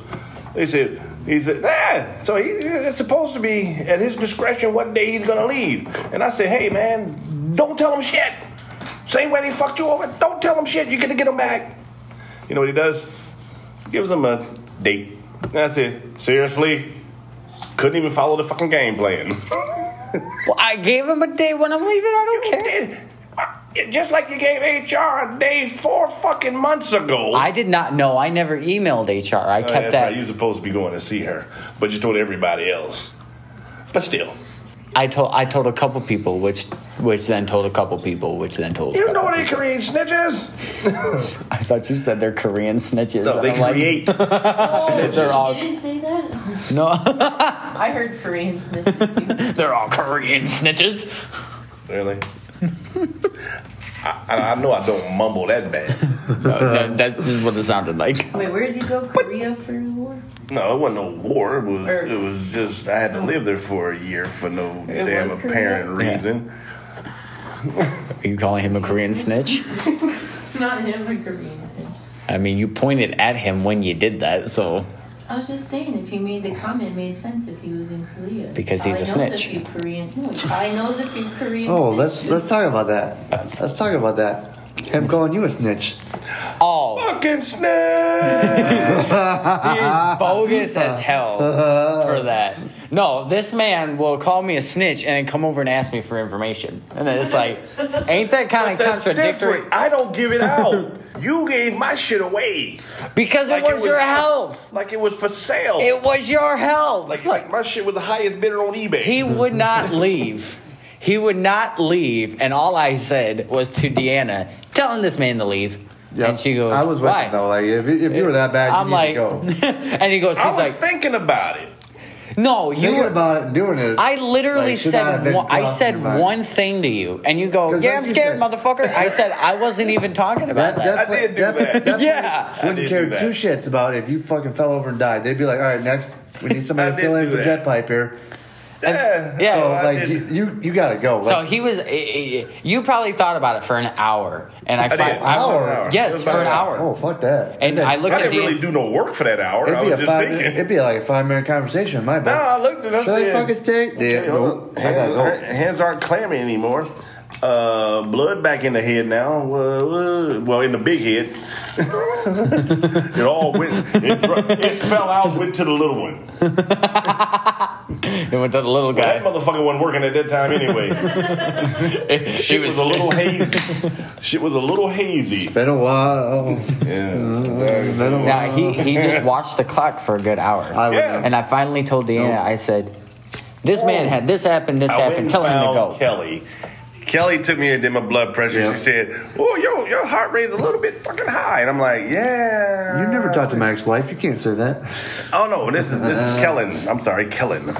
they said, he said, nah. So he, it's supposed to be at his discretion what day he's gonna leave. And I said, hey, man, don't tell him shit. Same way they fucked you over. Don't tell them shit. You're gonna get them back. You know what he does? Gives them a date. That's it. Seriously, couldn't even follow the fucking game plan.
Well, I gave him a day when I'm leaving. I don't care.
Just like you gave HR a day four fucking months ago.
I did not know. I never emailed HR. I
Oh,
kept
that's
that.
right. You're supposed to be going to see her, but you told everybody else. But still,
I told I told a couple people, which which then told a couple people, which then told. a
you
couple
know they
people.
create snitches.
I thought you said they're Korean snitches.
No, they
and I'm
create.
They're all-
You didn't say that?
Like, no,
I heard Korean snitches too.
they're all Korean snitches.
really? I, I I know I don't mumble that bad.
No, no, that's just what it sounded like.
Wait, where did you go? Korea for the war?
No, it wasn't no war. It was it was just I had to live there for a year for no
It
damn
was Korea.
apparent
Yeah.
reason.
Are you calling him a Korean snitch?
Not him, a Korean snitch.
I mean, you pointed at him when you did that, so
I was just saying, if he made the comment, it made sense if he was in Korea.
Because he's
Probably
a
knows
snitch.
If you Korean, no, he probably knows if you Korean.
Oh, let's
snitches.
let's talk about that. Let's talk about that. Him calling you a snitch.
oh,
Fucking snitch.
he's bogus as hell for that. No, this man will call me a snitch and then come over and ask me for information, and then it's like, ain't that kind of
That's
contradictory?
different. I don't give it out. You gave my shit away.
Because
Like
it
it
was your
was-
health.
Like it was for sale.
It was your health.
like, like my shit was the highest bidder on eBay.
He would not leave. He would not leave, and all I said was to Deanna, telling this man to leave.
Yeah,
And she goes,
I was with
Why?
him though. Like, if, you- if you were that bad, you
I'm
need
like,
to go.
and he goes,
I
he's
was
like,
thinking about it.
no, you
Thinking
were.
about it, doing it.
I literally
Like, should not have
said
been
one, I
talking
said
about it.
one thing to you, and you go,
'Cause
yeah,
like
I'm
you
scared,
said-
motherfucker. I said I wasn't even talking about
That, that,
that.
I did do
that,
that.
that
Yeah.
I
wouldn't
did
care
do that.
two shits about if you fucking fell over and died. They'd be like, all right, next, we need somebody
I
to fill
did
in
do
for
that. Oh,
jet pipe here.
Yeah.
yeah.
So
I
like, you, you you gotta go.
So
Like,
he was. eh, eh, eh, You probably thought about it for an hour, and I,
did.
fi- I-
Hour?
It
Yes,
was
for
about
an
an
hour.
oh fuck that.
And I looked
I
at
didn't
Deanna.
really do no work for that hour.
It'd
I
be
was
a
just
five. Minute,
thinking.
it'd be like a five minute conversation. My
no,
bad.
I looked at us.
Should I fucking stay? Yeah, nope. I gotta go.
Hands aren't clammy anymore. Uh, blood back in the head now. Uh, well, in the big head. it all went. It, it fell out. Went to the little one.
It went to the little guy.
That motherfucker wasn't working at that time anyway.
she
Shit
was,
was, a little hazy. Shit was a little hazy.
Been a while.
Yeah. exactly.
Been a while.
Now he he just watched the clock for a good hour,
I would.
Yeah.
Yeah.
and I finally told Deanna. I said, "This man had this happened. This
I went
happened.
and
Tell him to
found
go."
Kelly. Kelly took me and did my blood pressure.
Yeah.
She said, "Oh, yo, your heart rate's a little bit fucking high," and I'm like, "Yeah."
You never talked to my ex-wife. You can't say that.
Oh no, this is this is Kellen. I'm sorry, Kellen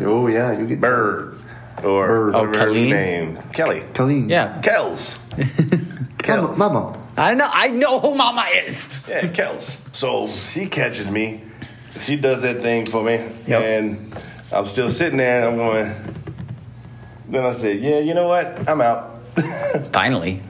Oh yeah, you get
Bird or
Bird.
Oh,
whatever her
Kelly?
name Kelly
Colleen.
Yeah,
Kells.
Mama, mama.
I know. I know who Mama is.
Yeah, Kels. So she catches me. She does that thing for me.
Yep.
And I'm still sitting there and I'm going. Then I said, Yeah, you know what? I'm out.
Finally,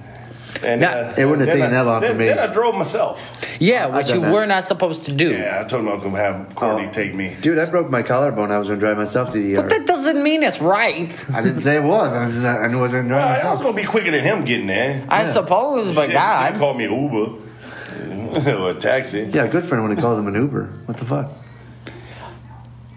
And
Nah,
uh,
it wouldn't have
then
taken
I-
that long for
then-
me.
Then I drove myself.
yeah, which
done
you
that.
were not supposed to do.
Yeah, I told him I was going to have Courtney
Oh.
take me.
Dude, I broke my collarbone. I was gonna drive myself to the ER.
But that doesn't mean it's right.
I didn't say it was. I was just, I knew I was gonna
Well,
drive
I was
myself.
going to be quicker than him getting there.
I suppose, but
Yeah, He
God,
called me Uber or a taxi.
Yeah, a good friend would have called him an Uber. What the fuck?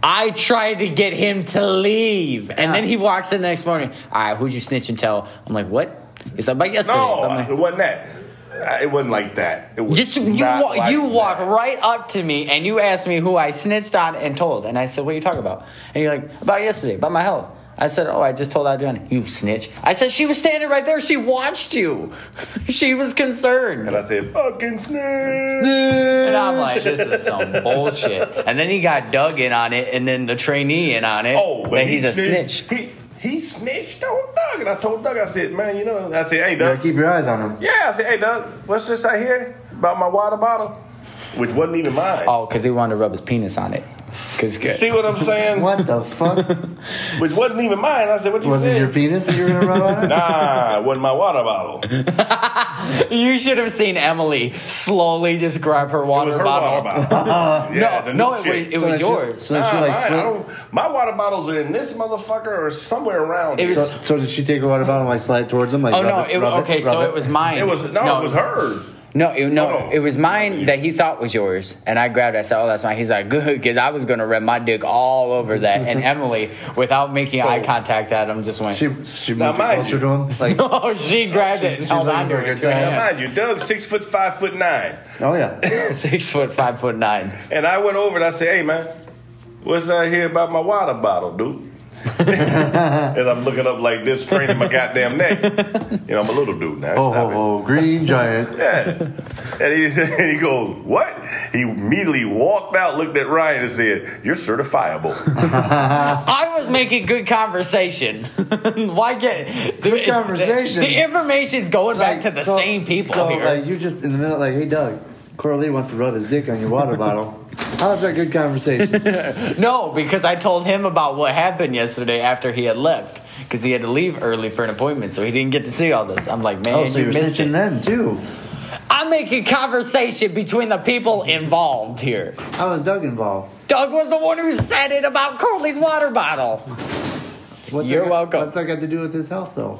I tried to get him to leave, and then he walks in the next morning. All right, who'd you snitch and tell? I'm like, what? He's like, but yesterday.
No,
I'm like,
it wasn't that. Uh, It wasn't like that. It was
Just you,
not
wa-
like
you walk
that.
right up to me and you ask me who I snitched on and told, and I said, "What are you talking about?" And you're like, "About yesterday, about my health." I said, "Oh, I just told Adriana." You snitch. I said, "She was standing right there. She watched you. she was concerned."
And I said, fucking snitch.
And I'm like, "This is some bullshit." And then he got dug in on it, and then the trainee in on it.
Oh, but
that
he
he's a snitch.
snitched- He, he snitched on Doug, and I told Doug, I said, man, you know, I said, hey,
You gotta
Doug.
keep your eyes on him.
Yeah, I said, hey, Doug, what's this out here about my water bottle? Which wasn't even mine.
Oh, because he wanted to rub his penis on it. Cause good.
See what I'm saying?
What the fuck?
Which wasn't even mine. I said, what you
Was
say?
it your penis that you were gonna rub on it?
Nah, it wasn't Ah, my water bottle. It
You should have seen Emily slowly just grab her water
was her
bottle. Uh-huh.
water bottle. Yeah, the
no, no,
new
it
chick.
was, it was
that you-
yours.
so that you
Nah,
like
mine, I
slid-
don't, my water bottles are in this motherfucker or somewhere around.
It
It
was-
So,
was,
so did she take her water bottle and like slide it towards him? Like
Oh
rub
no!
it-
It,
rub
okay, so
rub
it was mine.
no, it was hers.
No, it, no,
no.
it was mine that he thought was yours, and I grabbed. it. I said, "Oh, that's mine." He's like, "Good," because I was gonna rub my dick all over that, and Emily, without making eye contact at him, just went.
She she
Now,
moved it
mind
closer
you-
to him. Like
oh, she grabbed it.
She-
and
she's
held
looking
onto
for a
it.
good
with two
time.
Now,
hands.
mind you, Doug's six foot five foot nine,
oh yeah.
Six foot five foot nine.
and I went over and I said, "Hey man, what's I hear about my water bottle, dude?" and I'm looking up like this, straining my goddamn neck. You know, I'm a little dude now.
Oh,
Stop
oh,
it.
oh, green giant.
Yeah. And he, said, he goes, What? He immediately walked out, looked at Ryan, and said, You're certifiable.
I was making good conversation. Why get the
conversation.
The, information's going back to the
So-
same people
so,
here.
Like you just in the middle, like, hey Doug, Coralie wants to rub his dick on your water bottle. How's that good conversation?
No, because I told him about what happened yesterday after he had left. Because he had to leave early for an appointment, so he didn't get to see all this. I'm like, man,
oh, so
you
you're
missed it.
snitching then too.
I'm making conversation between the people involved here.
How was Doug involved?
Doug was the one who said it about Curly's water bottle.
What's
You're
that got-
welcome.
What's that got to do with his health though?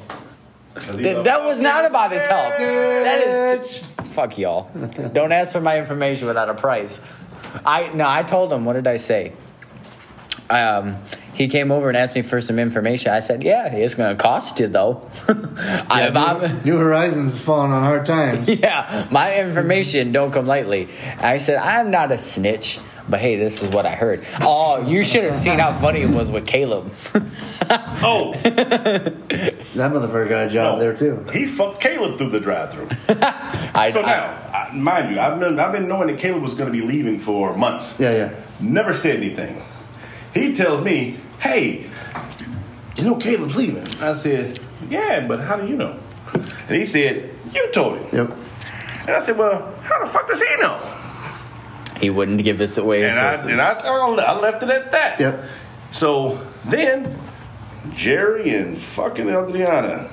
Th- that was not about his health. That is. Fuck y'all. Don't ask for my information without a price. I no. I told him. What did I say? Um, he came over and asked me for some information. I said, "Yeah, it's going to cost you though." I, if I'm,
New Horizons is falling on hard times.
yeah, my information don't come lightly. I said, "I'm not a snitch." But hey, this is what I heard. Oh, you should have seen how funny it was with Caleb.
oh,
That motherfucker got a job there too.
He fucked Caleb through the drive through.
I, I,
So now, I, mind you, I've been, I've been knowing that Caleb was going to be leaving for months.
Yeah, yeah.
Never said anything. He tells me, Hey, you know Caleb's leaving. I said, Yeah, but how do you know? And he said, You told him.
Yep.
And I said, Well, how the fuck does he know?
he wouldn't give us away. his
And, I,
sources.
and I, I left it at that.
Yep.
So then Jerry and fucking Adriana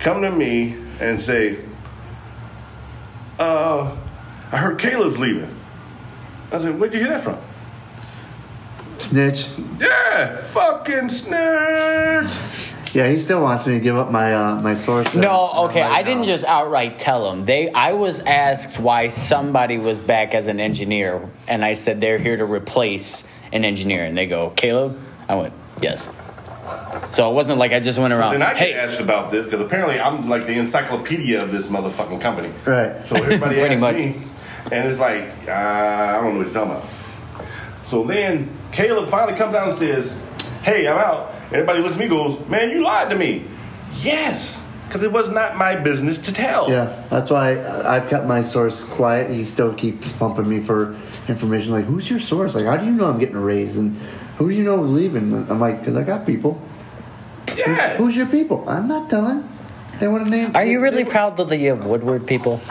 come to me and say, uh, I heard Caleb's leaving. I said, where'd you hear that from?
Snitch.
Yeah, fucking snitch.
Yeah, he still wants me to give up my uh, my source.
No, okay.
Right
I didn't
now.
just outright tell them. They, I was asked why somebody was back as an engineer, and I said they're here to replace an engineer, and they go, Caleb. I went, yes. So it wasn't like I just went around.
Then I get
Uh, hey,
asked about this because apparently I'm like the encyclopedia of this motherfucking company.
Right.
So everybody
Pretty
asks
much.
me, and it's like uh, I don't know what you're talking about. So then Caleb finally comes down and says, "Hey, I'm out." Everybody looks at me, and goes, "Man, you lied to me." Yes, because it was not my business to tell.
Yeah, that's why I- I've kept my source quiet. He still keeps pumping me for information. Like, who's your source? Like, how do you know I'm getting a raise? And who do you know is leaving? And I'm like, because I got people.
Yeah.
Who's your people? I'm not telling. They want to name.
are you
they-
really
they-
proud that you have Woodward people?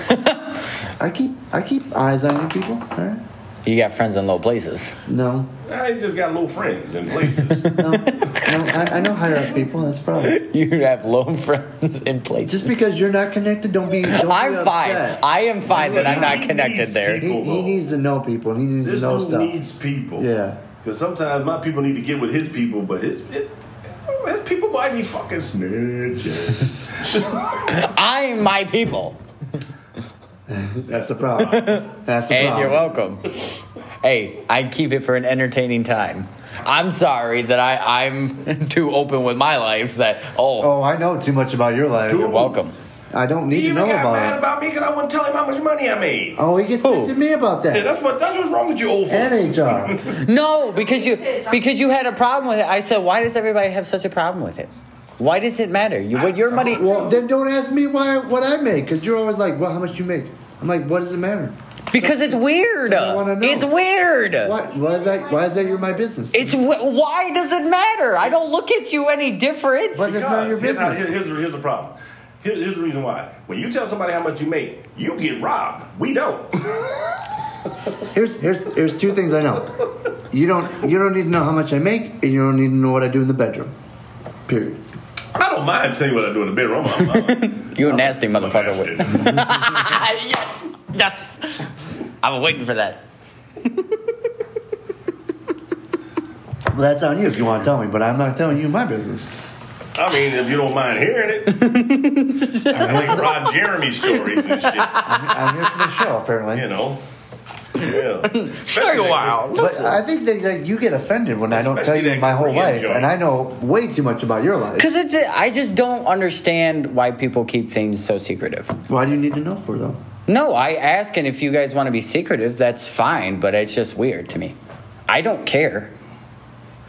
I keep I keep eyes on you people. All right.
You got friends in low places.
No,
I just got little friends and places.
no, no. I, I know higher up people. That's probably
You have low friends in places.
just because you're not connected. Don't be. Don't be
I'm fine.
upset.
I am fine that I'm not
He
connected
needs
there.
people,
He, he
though.
needs to know people. and He needs to
this
know
dude
stuff.
needs people.
Yeah.
Because sometimes my people need to get with his people, but his, his, his people might be fucking snitches.
I'm my people.
That's the problem. That's the
And
problem.
you're welcome. hey, I keep it for an entertaining time. I'm sorry that I, I'm too open with my life that, oh,
Oh, I know too much about your life.
Cool.
you're welcome.
I don't need
He
to
even
know
got mad
about it.
about me because I wouldn't tell him how much money I made.
Oh, he gets
Who?
pissed at me about
Yeah,
that.
that's what that's what's wrong with you old folks.
And HR.
No, because you because you had a problem with it. I said, why does everybody have such a problem with it? Why does it matter? You, what your money?
well, then don't ask me why what I make because you're always like, well, how much you make? I'm like, what does it matter?
Because it's weird.
I wanna know.
It's weird.
Why, why is that? Why is that? You're my business.
It's wh- why does it matter? I don't look at you any different.
But- That's not your
Here's, how-
business.
here's, here's the problem. Here- here's the reason why. When you tell somebody how much you make, you get robbed. We don't.
Here's here's here's two things I know. You don't you don't need to know how much I make, and you don't need to know what I do in the bedroom. Period.
I don't mind saying what I do in the bedroom. I'm, I'm, I'm,
You a nasty
I'm
motherfucker.
asking.
With.
Ah,
yes, yes. I've been waiting for that.
Well, that's on you if you want to tell me, but I'm not telling you my business.
I mean, if you don't mind hearing it, I like Rod Jeremy stories and shit.
I'm here for the show, apparently.
You know, yeah.
Take a while.
But I think that like, you get offended when I don't tell
Especially
you
that
my whole
Korean
life,
joint.
and I know way too much about your life.
Because it, I just don't understand why people keep things so secretive.
Why do you need to know for though?
No, I ask, and if you guys want to be secretive, that's fine, but it's just weird to me. I don't care.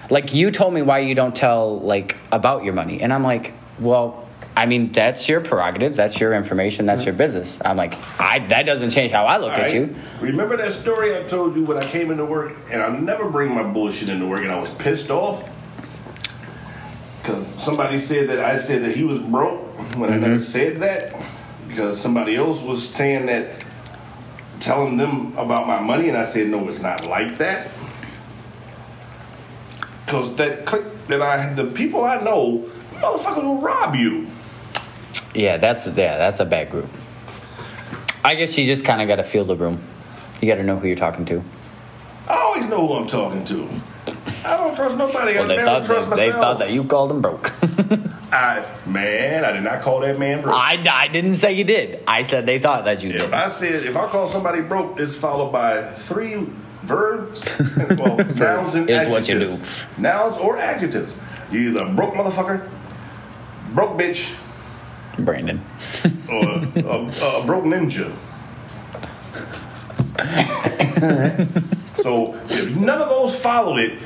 Like, you told me why you don't tell, like, about your money. And I'm like, well, I mean, that's your prerogative. That's your information. That's your business. I'm like, I, that doesn't change how I look
All
at
right.
you.
Remember that story I told you when I came into work, and I never bring my bullshit into work, and I was pissed off because somebody said that I said that he was broke when
Mm-hmm.
I never said that because somebody else was saying that telling them about my money, and I said no, it's not like that because that click that I the people I know motherfuckers will rob you.
Yeah, that's yeah, that's a bad group. I guess you just kind of got to feel the room. You got to know who you're talking to.
I always know who I'm talking to. I don't trust nobody.
Well,
I
they
never
thought
trust
that, they
myself.
thought that you called them broke.
I man, I did not call that man broke.
I, I didn't say you did. I said they thought that you
if
did.
I said if I call somebody broke, it's followed by three verbs, well, nouns and
is what you do.
adjectives. Nouns or adjectives. You either broke motherfucker, broke bitch,
Brandon.
or a, a, a broke ninja. so if none of those followed it,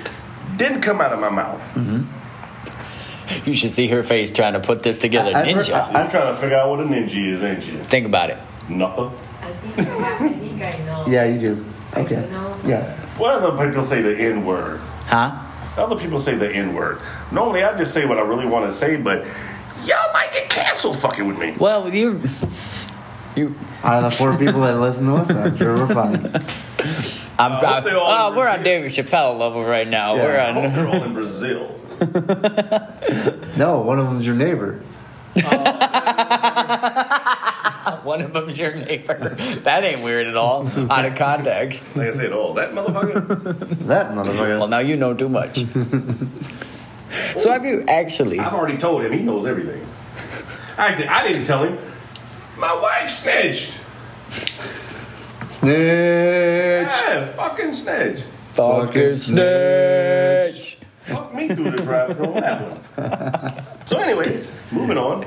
didn't come out of my mouth.
You should see her face trying to put this together.
I- I've heard-
Ninja.
I'm trying to figure out what a ninja is, ain't you?
Think about it.
Nupper.
I think I, have, I think I know.
Yeah, you do.
I
Okay.
don't know.
Yeah.
What other people say the N word?
Huh?
Other people say the N word. Normally, I just say what I really want to say, but y'all might get canceled fucking with me.
Well, you. You.
Out of the four people that listen to us, I'm sure we're fine.
I'm,
I hope
I-
they all
oh, we're on
appreciate-
David Chappelle level right now.
Yeah.
We're
I hope
on.
they're all in Brazil.
No, one of them's your neighbor.
One of them's your neighbor. That ain't weird at all. out of context.
Like I said, all that motherfucker.
That motherfucker.
Well, now you know too much. so have you actually?
I've already told him. He knows everything. Actually, I didn't tell him. My wife snitched.
Snitch.
Yeah, fucking snitched.
Fucking snitch.
Fuck me through the drive on that one. So, anyways, moving on.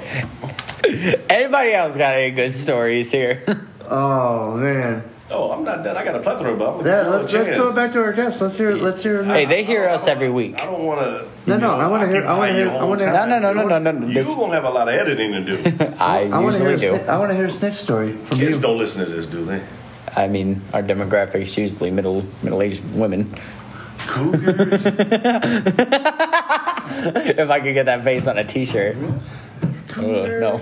Anybody else got any good stories here?
Oh man.
Oh, I'm not done. I got a plethora, but I'm gonna
Yeah,
give y'all a
let's let's
chance.
throw it back to our guest. Let's hear. Let's hear.
hey, they hear us every week.
I don't want to.
No, no, I wanna hear- I wanna hear- I wanna-
No, no, no, no, no, no.
You're
This,
gonna have a lot of editing to do.
I,
I want to hear.
usually
a
do.
sni- I want to hear a snitch story from
Kids
you.
don't listen to this, do they?
I mean, our demographics usually middle middle aged women.
Cougars.
if I could get that face on a T-shirt. Ugh, no,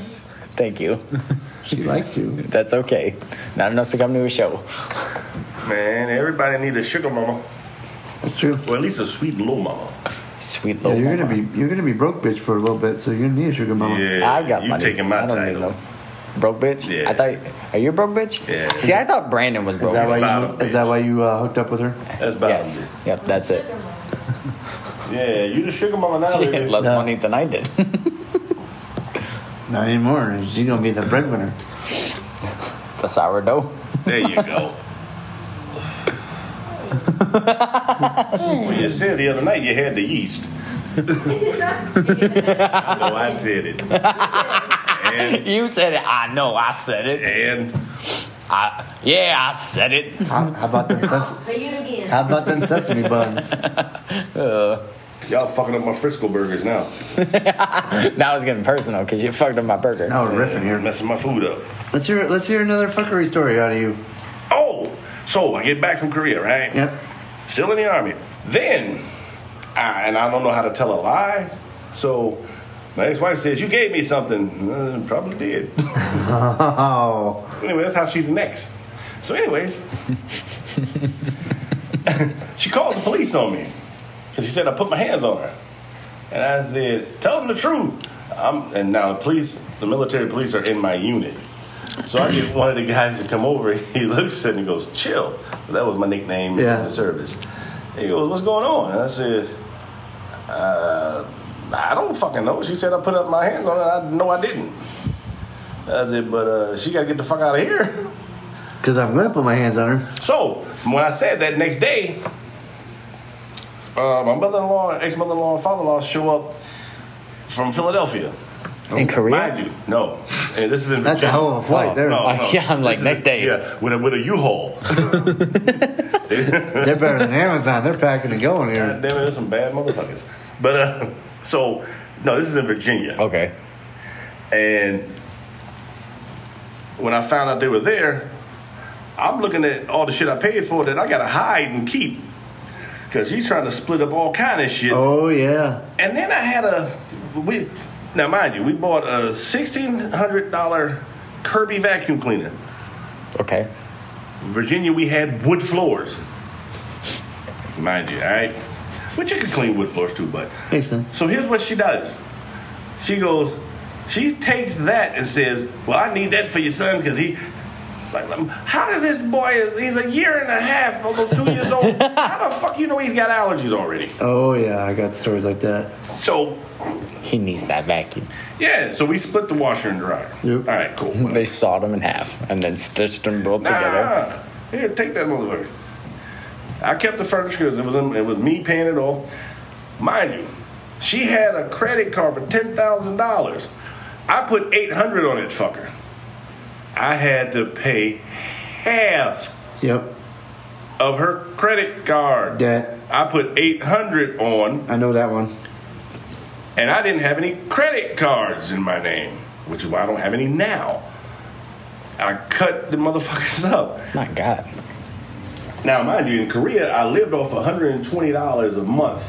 thank you.
She likes you.
That's okay. Not enough to come to a show.
Man, everybody need a sugar mama,
That's true.
or at least a sweet little mama.
Sweet
Yeah,
little.
you're
mama.
gonna be you're gonna be broke, bitch, for a little bit. So you're gonna need a sugar mama.
Yeah,
I've got
you
money.
taking my
I don't need
title.
no broke bitch.
Yeah.
I thought. Are you a broke bitch?
Yeah.
See, I thought Brandon was broke.
Is that why
Bottom
you? Is that why you uh, hooked up with her?
That's about
yes.
it.
Yep. That's it.
Yeah, you the sugar mama now,
She
baby.
had less
No.
money than I did.
Not anymore. She's gonna be the breadwinner.
the sourdough.
There you go. well, you said the other night you had the yeast.
I did not say that.
No, I did it. And,
You said it. I know. I said it.
and
I, yeah, I said it.
How, how about them? Ses-
I'll say it again.
how about them sesame buns?
y'all fucking up my Frisco burgers now.
Now it's getting personal because you fucked up my burger.
Now we're riffing
You're
here.
messing my food up.
Let's hear. Let's hear another fuckery story out of you.
Oh, so I get back from Korea, right?
Yep.
Still in the army. Then, I, and I don't know how to tell a lie, so my ex-wife says, "You gave me something." Uh, probably did.
Oh,
anyway, that's how she's next. So, anyways, she called the police on me because she said I put my hands on her, and I said, "Tell them the truth." I'm, and now the police, the military police, are in my unit. So I get one of the guys to come over. He looks at me and goes, "Chill." That was my nickname
Yeah.
in the service. He goes, "What's going on?" And I said, uh, "I don't fucking know." She said I put up my hands on her. I no, I didn't. I said, "But uh, she got to get the fuck out of here."
Because I'm gonna put my hands on her.
So when I said that next day, uh, my mother-in-law, ex-mother-in-law, and father-in-law show up from Philadelphia.
In Korea?
Mind you, no, and this is in
That's a
Virginia.
hell of a flight.
Oh,
they're,
No,
Uh,
no.
yeah, I'm like, next
This is a-
day.
Yeah, with a with a U-Haul.
they're better than Amazon. They're packing and going
God
here.
damn it, there's some bad motherfuckers. But uh, so no, this is in Virginia.
Okay.
And when I found out they were there, I'm looking at all the shit I paid for that I gotta hide and keep. Cause he's trying to split up all kind of shit.
Oh yeah.
And then I had a we now mind you, we bought a sixteen hundred dollar Kirby vacuum cleaner.
Okay.
In Virginia we had wood floors. Mind you, alright? Which you can clean wood floors too, but
Makes sense.
so here's what she does. She goes, she takes that and says, "Well, I need that for your son because he." Like, um, how did this boy? He's a year and a half, almost two years old. How the fuck you know he's got allergies already?
Oh yeah, I got stories like that.
So,
He needs that vacuum.
yeah. So we split the washer and dryer.
Yep.
All right, cool.
They sawed him in half and then stitched them both together.
Nah, Ah, here, take that motherfucker. I kept the furniture because it was in- it was me paying it off. Mind you, she had a credit card for ten thousand dollars. I put eight hundred on it, fucker. I had to pay half
Yep.
of her credit card.
That
I put eight hundred on,
I know that one.
and I didn't have any credit cards in my name, which is why I don't have any now. I cut the motherfuckers up.
My God.
Now, mind you, in Korea, I lived off $120 a month.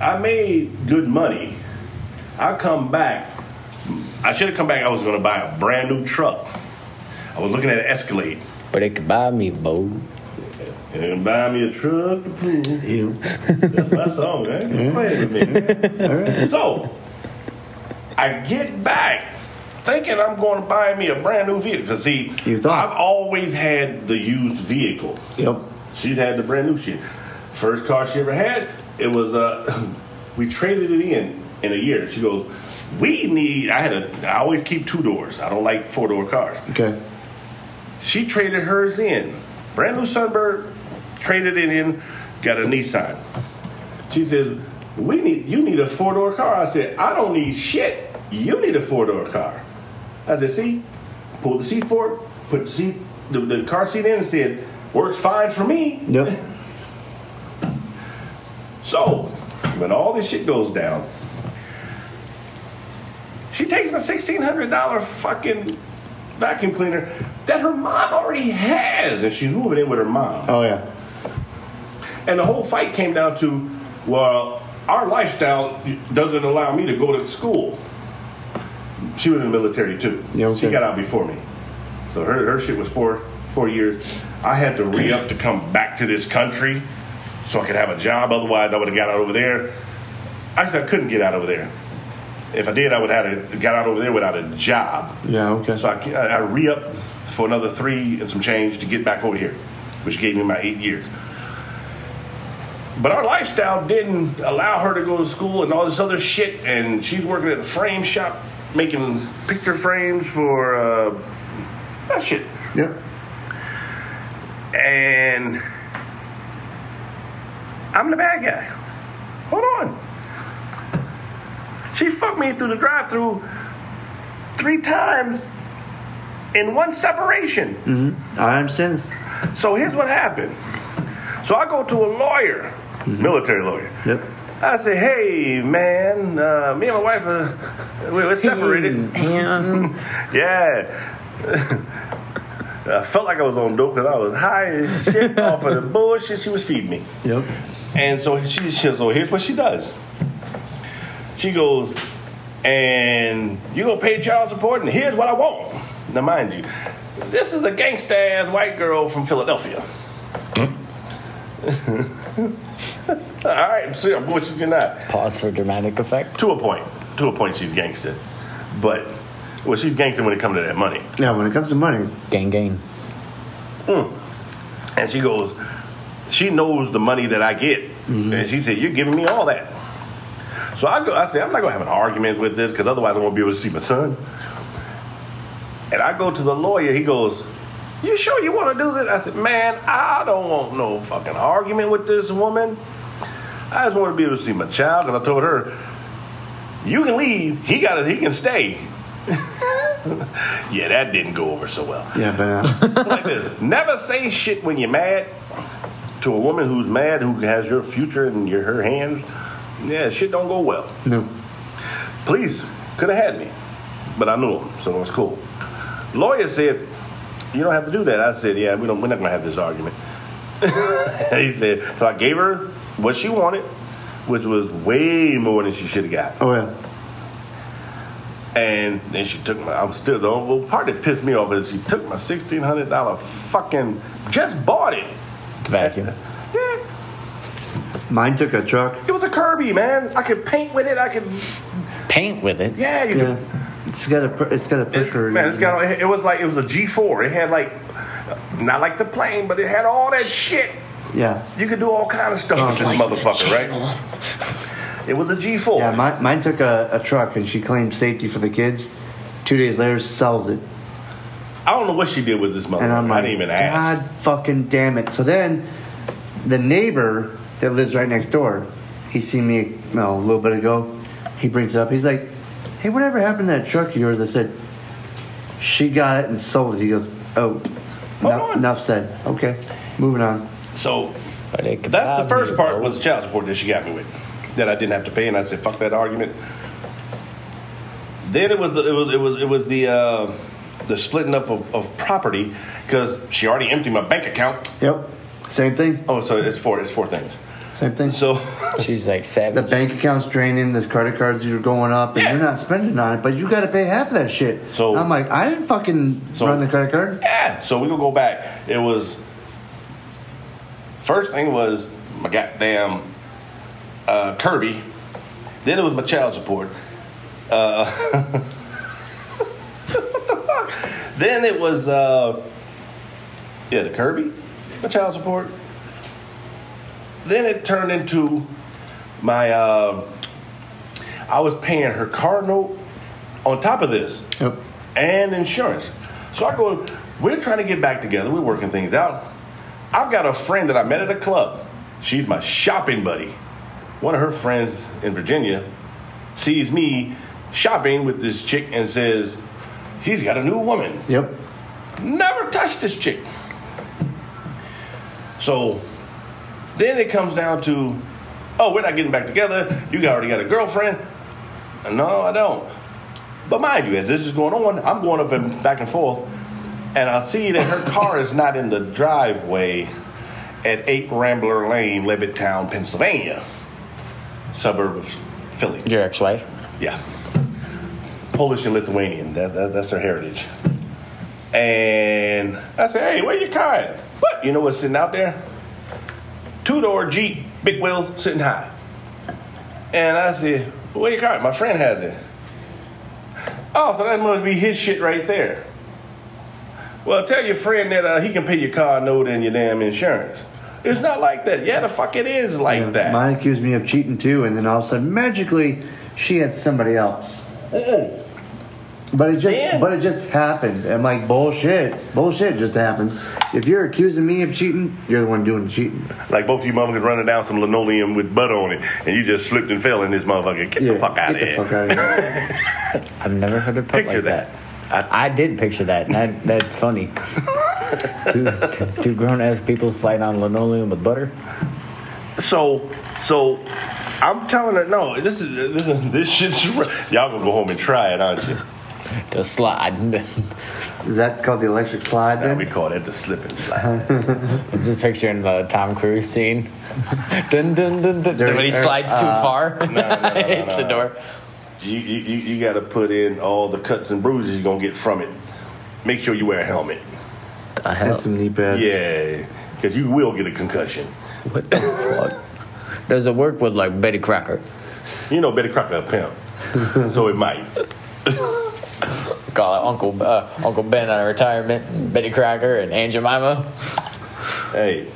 I made good money. I come back. I should have come back. I was going to buy a brand new truck. I was looking at an Escalade.
But it could buy me boat.
And buy me a truck to prove.
Ew.
That's my song, man. Keep playing with me. So, I get back thinking I'm going to buy me a brand new vehicle. Because, see,
You thought.
I've always had the used vehicle.
Yep.
She's had the brand new shit. First car she ever had, it was uh we traded it in in a year. She goes, We need I had a I always keep two doors. I don't like four door cars.
Okay.
She traded hers in. Brand new Sunbird, traded it in, got a Nissan. She says, We need you need a four door car. I said, I don't need shit. You need a four door car. I said, see, pull the seat forward, put the seat the, the car seat in and said, Works fine for me.
Yep.
So, when all this shit goes down, she takes my sixteen hundred dollar fucking vacuum cleaner that her mom already has, and she's moving in with her mom.
Oh yeah.
And the whole fight came down to, well, our lifestyle doesn't allow me to go to school. She was in the military too.
Yeah, okay.
She got out before me, so her her shit was four four years. I had to re up to come back to this country, so I could have a job. Otherwise, I would have got out over there. Actually, I couldn't get out over there. If I did, I would have had a- got out over there without a job.
Yeah. Okay.
So I, I re up for another three and some change to get back over here, which gave me my eight years. But our lifestyle didn't allow her to go to school and all this other shit, and she's working at a frame shop making picture frames for uh, that shit.
Yep.
And I'm the bad guy. Hold on. She fucked me through the drive through three times in one separation.
I understand. this.
So here's what happened. So I go to a lawyer, military lawyer.
Yep.
I say, hey, man, uh, me and my wife, uh, we were
Mm,
separated. yeah. I felt like I was on dope because I was high as shit off of the bullshit she was feeding me.
Yep.
And so she, she so here's what she does. She goes, and you gonna pay child support, and here's what I want. Now, mind you, this is a gangsta ass white girl from Philadelphia. All right, see, I'm with you you're not.
Pause for dramatic effect.
To a point. To a point, she's gangster. But, well, she's gangster when it comes to that money.
Yeah, when it comes to money,
Gang, gang.
And she goes, she knows the money that I get. And she said, You're giving me all that. So I go, I say, I'm not gonna have an argument with this because otherwise I won't be able to see my son. And I go to the lawyer, he goes, You sure you wanna do this? I said, Man, I don't want no fucking argument with this woman. I just want to be able to see my child because I told her, You can leave, he got it, he can stay. yeah, that didn't go over so well
yeah, but uh,
like this. Never say shit when you're mad to a woman who's mad who has your future in your, her hands. Yeah, shit don't go well.
no.
Please, could have had me, but I knew him, so it was cool. Lawyer said, "You don't have to do that." I said, "Yeah, we don't. We're not gonna have this argument." he said, "So I gave her what she wanted, which was way more than she should have got."
Oh yeah.
And then she took my. I'm still the well, part that pissed me off is she took my sixteen hundred dollar fucking just bought it.
Vacuum.
Yeah,
Mine took a truck.
it was a Kirby man. I could paint with it. I could
Paint with it.
yeah. You
Yeah,
could.
it's got a pr- it's got a
It's,
pressure.
man, it's got. It was like it was a G four. It had like not like the plane, but it had all that shit.
yeah.
You could do all kind of
Oh,
stuff with this motherfucker, right? It was a G four.
Yeah, mine, mine took a, a truck and she claimed safety for the kids. Two days later, sells it.
I don't know what she did with this motherfucker.
And I'm like,
I didn't even
God
ask.
fucking damn it. So then the neighbor that lives right next door, he seen me you know, a little bit ago. He brings it up. He's like, hey, whatever happened to that truck of yours? I said, she got it and sold it. He goes, oh,
on.
enough, enough said. Okay, moving on.
So
But it could
that's the
probably
first part
go.
was the child support that she got me with, that I didn't have to pay, and I said fuck that argument. Then it was the, it was it was it was the uh, the splitting up of, of property because she already emptied my bank account.
Yep, same thing,
Oh, so it's four it's four things.
same thing.
So
She's like
the
savage.
bank account's draining, the credit cards are going up, and
Yeah.
you're not spending on it, but you got to pay half of that shit.
So-
I'm like, I didn't fucking
So-
run the credit card.
yeah, so we gonna go back. It was first thing was my goddamn uh, Kirby. Then it was my child support. Uh, then it was uh, yeah the Kirby, my child support. Then it turned into my uh, I was paying her car note on top of this
Yep.
and insurance. So I go, we're trying to get back together. We're working things out. I've got a friend that I met at a club. She's my shopping buddy. One of her friends in Virginia sees me shopping with this chick and says, he's got a new woman.
Yep.
Never touched this chick. So then it comes down to, oh, we're not getting back together. You already got a girlfriend. No, I don't. But mind you, as this is going on, I'm going up and back and forth, and I see that her car is not in the driveway at 8 Rambler Lane, Levittown, Pennsylvania, suburb of Philly.
Your ex-wife.
Yeah. Polish and Lithuanian. That, that, that's her heritage. And I said, hey, where your car at? But you know what's sitting out there? Two door Jeep, big wheel, sitting high. And I said, where your car at? My friend has it. Oh, so that must be his shit right there. Well, tell your friend that uh, he can pay your car note and your damn insurance. It's not like that. Yeah, the fuck it is like that.
Mine accused me of cheating too, and then all of a sudden, magically, she had somebody else. But it just,
Damn.
but it just happened. I'm like, bullshit, bullshit just happened. If you're accusing me of cheating, you're the one doing the cheating.
Like both of you motherfuckers running down some linoleum with butter on it, and you just slipped and fell in this motherfucker. Get the fuck out of
get the
here.
fuck out of here.
I've never heard it put
Picture
like
that.
that. I, did picture that, and that, that's funny. two two grown ass people slide on linoleum with butter.
So, so I'm telling her, no, this is this is this shit's r- y'all gonna go home and try it, aren't you?
The slide.
Is that called the electric slide?
Now
Then?
we call that the slip and
Uh-huh.
slide.
It's just picturing the Tom Cruise scene. dun, dun, dun, dun, uh,
There-
when he
there-
slides too far,
no, no, no,
hits
no,
the
no.
door.
you, you you you gotta put in all the cuts and bruises you're gonna get from it. make sure you wear a helmet.
I
And
have
some knee pads.
Yeah, because you will get a concussion.
What the fuck? Does it work with like Betty Crocker?
You know, Betty Crocker a pimp, so it might.
Call it Uncle uh, Uncle Ben out of retirement, Betty Crocker, and Aunt Jemima.
Hey,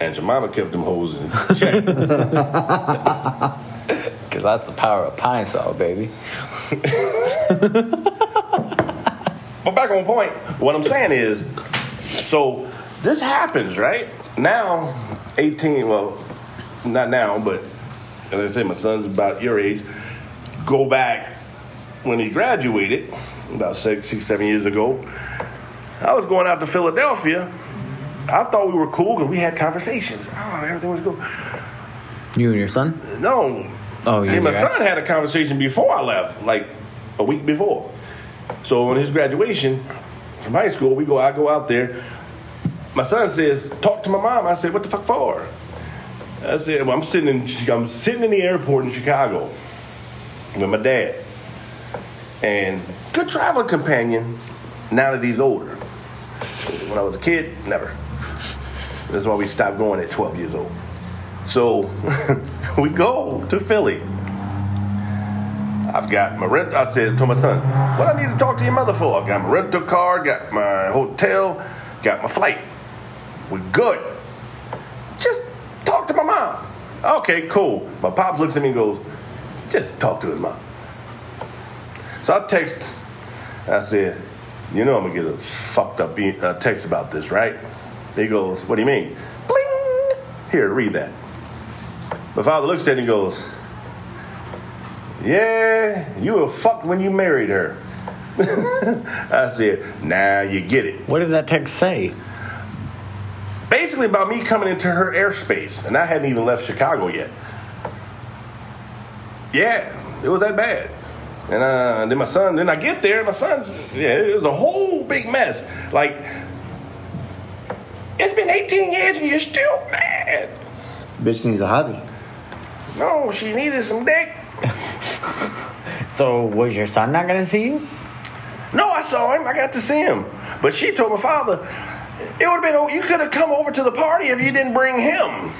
and Jemima kept them hoes in check.
Because that's the power of pine saw, baby.
But back on point, what I'm saying is, so this happens, right? Now, 18, well, not now, but as I say, my son's about your age. Go back when he graduated, about six, six, seven years ago. I was going out to Philadelphia. I thought we were cool because we had conversations. Oh, everything was cool.
You and your son?
No.
Oh,
Me
you
and my
guys-
son had a conversation before I left, like a week before. So on his graduation from high school, we go. I go out there. My son says, "Talk to my mom." I said, "What the fuck for?" I said, well, "I'm sitting in. I'm sitting in the airport in Chicago with my dad, and good travel companion. Now that he's older, when I was a kid, never. That's why we stopped going at 12 years old." So we go to Philly. I've got my rent. I said to my son, "What I need to talk to your mother for? I got my rental car, got my hotel, got my flight. We're good. Just talk to my mom." Okay, cool. My pops looks at me and goes, "Just talk to his mom." So I text. I said, "You know I'm gonna get a fucked up e- uh, text about this, right?" He goes, "What do you mean?" Bling. Here, read that. My father looks at it and goes, Yeah, you were fucked when you married her. I said, Now you get it.
What did that text say?
Basically, about me coming into her airspace, and I hadn't even left Chicago yet. Yeah, it was that bad. And uh, then my son, then I get there, my son's, yeah, it was a whole big mess. Like, it's been 18 years and you're still mad.
Bitch needs a hobby.
No, she needed some dick.
So was your son not gonna see you?
No, I saw him. I got to see him. But she told my father, it would have been, you could have come over to the party if you didn't bring him.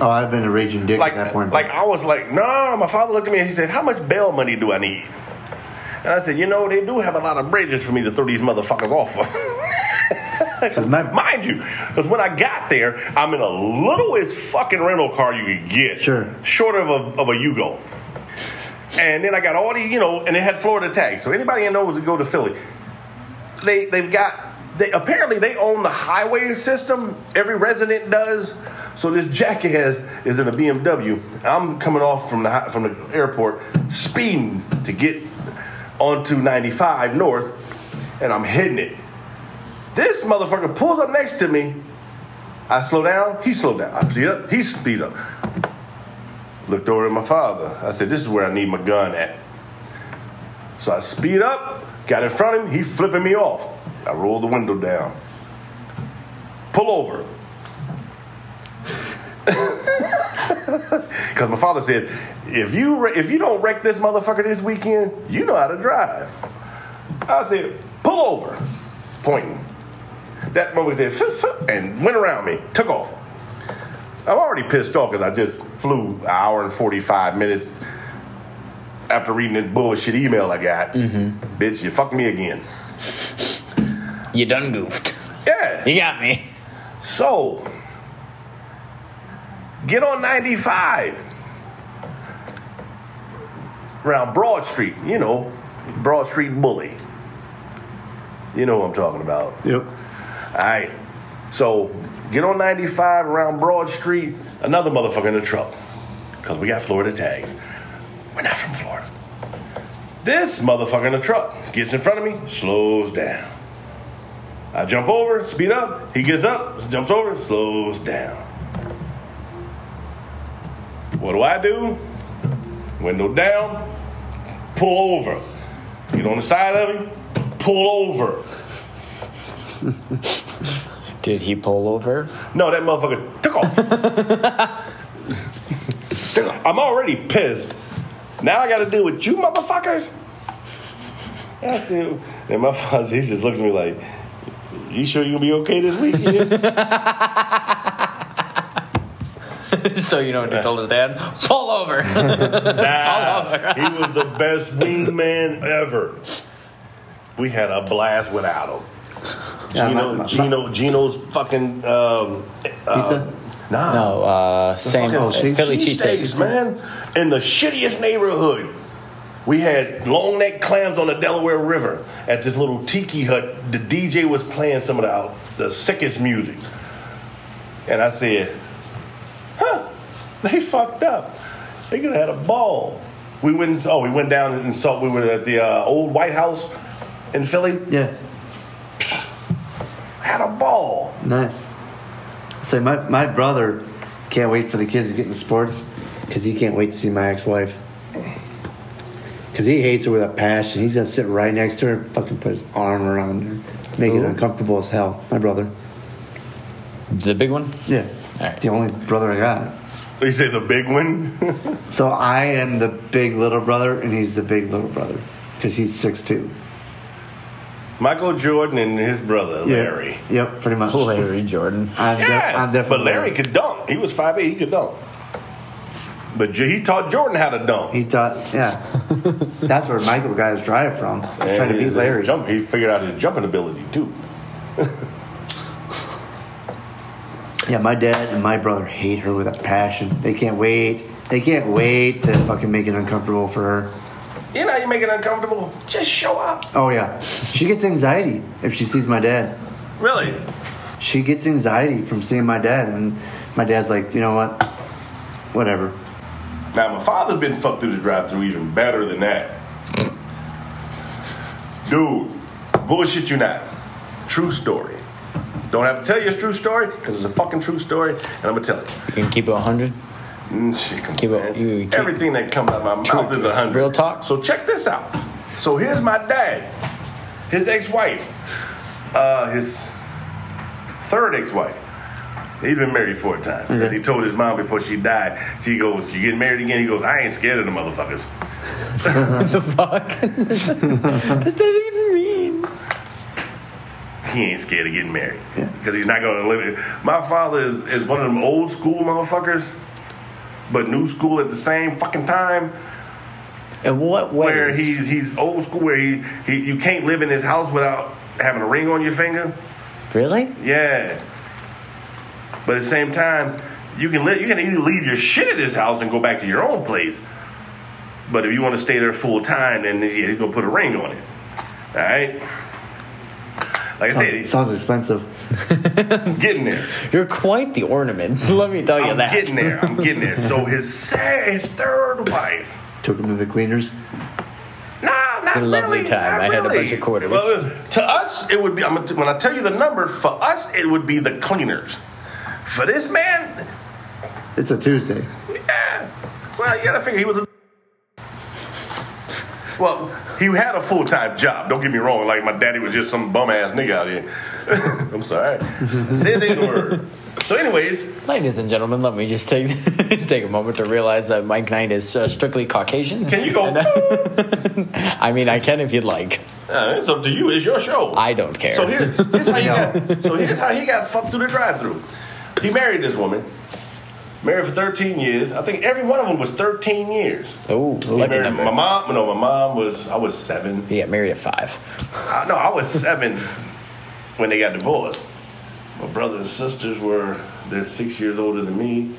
Oh, I've been a raging dick
Like,
at that point.
like I was like, nah. My father looked at me and he said, how much bail money do I need? And I said, you know, they do have a lot of bridges for me to throw these motherfuckers off of.
Because my
Mind you, because when I got there, I'm in a littlest fucking rental car you could get.
Sure.
Short of a, of a Yugo. And then I got all these, you know, and it had Florida tags. So anybody that knows that go to Philly, they they've got they apparently they own the highway system. Every resident does. So this jackass is in a BMW. I'm coming off from the hi- from the airport, speeding to get onto 95 north, and I'm hitting it. This motherfucker pulls up next to me. I slow down. He slowed down. I speed up. He speed up. Looked over at my father. I said, "This is where I need my gun at." So I speed up, got in front of him, he flipping me off. I rolled the window down. Pull over. Because my father said, if you, wre- if you don't wreck this motherfucker this weekend, you know how to drive. I said, pull over, pointing. That motherfucker said, "Fuh, fuh," and went around me, took off. I'm already pissed off because I just flew an hour and 45 minutes after reading this bullshit email I got. Bitch, you fucked me again.
You done goofed.
Yeah.
You got me.
So, get on 95 around Broad Street, you know, Broad Street Bully. You know what I'm talking about.
yep.
All right. So get on 95 around Broad Street. Another motherfucker in the truck. Because we got Florida tags. We're not from Florida. This motherfucker in the truck gets in front of me, slows down. I jump over, speed up. He gets up, jumps over, slows down. What do I do? Window down, pull over. Get on the side of him, pull over.
Did he pull over?
No, that motherfucker took off. Took off. I'm already pissed. Now I gotta deal with you motherfuckers. That's it. And my father, he just looked at me like, "You sure you'll be okay this weekend?"
so you know what he told his dad? Pull over.
nah, he was the best wingman ever. We had a blast without him.
Yeah,
Gino,
my- my-
Gino, Gino's fucking um, uh,
Pizza?
Nah,
No, uh, same
Fucking
Philly cheesesteak.
cheesesteaks, man. In the shittiest neighborhood, we had long neck clams on the Delaware River at this little tiki hut. The DJ was playing some of the out- the sickest music, and I said, "Huh, they fucked up. They could have had a ball." We went. and- Oh, we went down and saw. We were at the uh, old White House in Philly.
Yeah,
Had a ball.
nice. So my, my brother can't wait for the kids to get into sports because he can't wait to see my ex-wife. Because he hates her with a passion. He's going to sit right next to her and fucking put his arm around her. Make it uncomfortable as hell. My brother.
the big one?
Yeah.
Alright.
The only brother I got.
You say the big one.
So I am the big little brother, and he's the big little brother because he's six two.
Michael Jordan and his brother Larry.
Yep, pretty much.
Larry Jordan.
I'm, de-
Yeah,
I'm definitely.
but Larry could dunk. He was 5'8", he could dunk. But J- he taught Jordan how to dunk.
He thought, yeah, that's where Michael got his drive from. trying to
And
beat
his
Larry.
Jump, he figured out his jumping ability too.
Yeah, my dad and my brother hate her with a passion. They can't wait. They can't wait to fucking make it uncomfortable for her.
You know, you make it uncomfortable. Just show up.
Oh yeah, she gets anxiety if she sees my dad.
Really?
She gets anxiety from seeing my dad, and my dad's like, you know what, whatever.
Now my father's been fucked through the drive-through even better than that. Dude, bullshit you not. True story. Don't have to tell you it's a true story because it's a fucking true story, and I'm gonna tell it.
You can keep it 100.
Mm, shit, come
Keep
on,
up-
man.
you keep-
Everything that comes out my mouth is a hundred.
Real talk.
So check this out. So here's my dad, his ex-wife, uh, his third ex-wife. He's been married four times. Because
Mm-hmm.
he told his mom before she died, she goes, "You getting married again?" He goes, "I ain't scared of the motherfuckers."
Fuck. That's not even mean.
He ain't scared of getting married because he's not gonna live it. My father is, is one of them old school motherfuckers, but new school at the same fucking time.
In what
where
ways?
he's he's old school where he, he you can't live in his house without having a ring on your finger.
really?
Yeah. But at the same time, you can live you can either leave your shit at his house and go back to your own place. But if you want to stay there full time, then yeah, he's gonna put a ring on it. Alright? Like I said,
Sounds,
he's
sounds expensive.
getting there.
You're quite the ornament. Let me tell you
I'm
that.
getting there. I'm getting there. So his sa- his third wife
Took him to the cleaners.
Nah, not
a lovely
really,
time.
not
I had a
really.
bunch of quarters.
Well, to us, it would be. I'm, gonna- when I tell you the number, for us, it would be the cleaners. For this man,
It's a Tuesday.
yeah. Well, you gotta figure he was a. Well, he had a full time job. Don't get me wrong. Like my daddy was just some bum ass nigga out here. I'm sorry. Say the word. So, anyways,
Ladies and gentlemen, let me just take take a moment to realize that Mike Knight is uh, strictly Caucasian.
can you go?
And, uh, I mean, I can if you'd like.
Uh, it's up to you. It's your show.
I don't care.
So here's, here's how you got. So here's how he got fucked through the drive-through. He married this woman. Married for 13 years. I think every one of them was 13 years.
oh,
He
lucky
married-
number.
my mom, no, my mom was. I was seven.
He got married at five.
I, no, I was seven when they got divorced. My brothers and sisters were. They're six years older than me.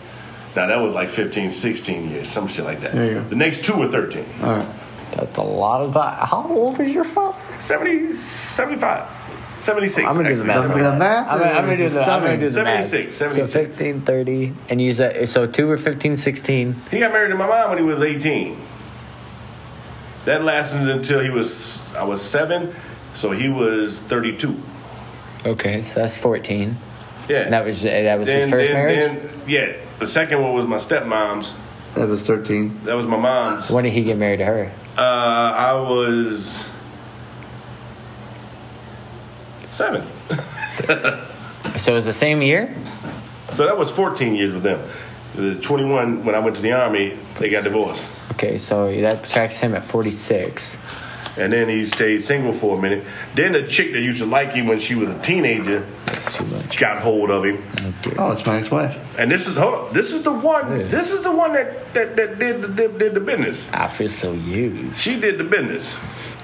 Now that was like 15, 16 years, some shit like that.
There you go.
The next two were 13.
Uh.
All right.
That's a lot of time. How old is your father?
70, 75, 76.
I'm gonna do the
actually,
The,
math.
the
75.
math.
I'm gonna, I'm gonna do
is
the, I'm gonna
stunning.
do the math.
76,
So
76.
15, 30, and you said so two were 15, 16.
He got married to my mom when he was 18. That lasted until he was, I was seven, so he was 32.
Okay, so that's 14.
Yeah.
And that was eh, that was his first marriage.
Then, yeah. The second one was my stepmom's.
That was thirteen.
That was my mom's. Uh,
When did he get married to her?
I was seven.
So it was the same year.
So that was 14 years with them. The 21, when I went to the army, they got divorced.
Okay, so that tracks him at 46.
and then he stayed single for a minute. Then the chick that used to like him when she was a teenager
That's too much.
got hold of him.
Oh, it's my ex-wife.
And this is hold up, this is the one.
Yeah.
This is the one that that, that did, the, did did the business.
I feel so used.
She did the business.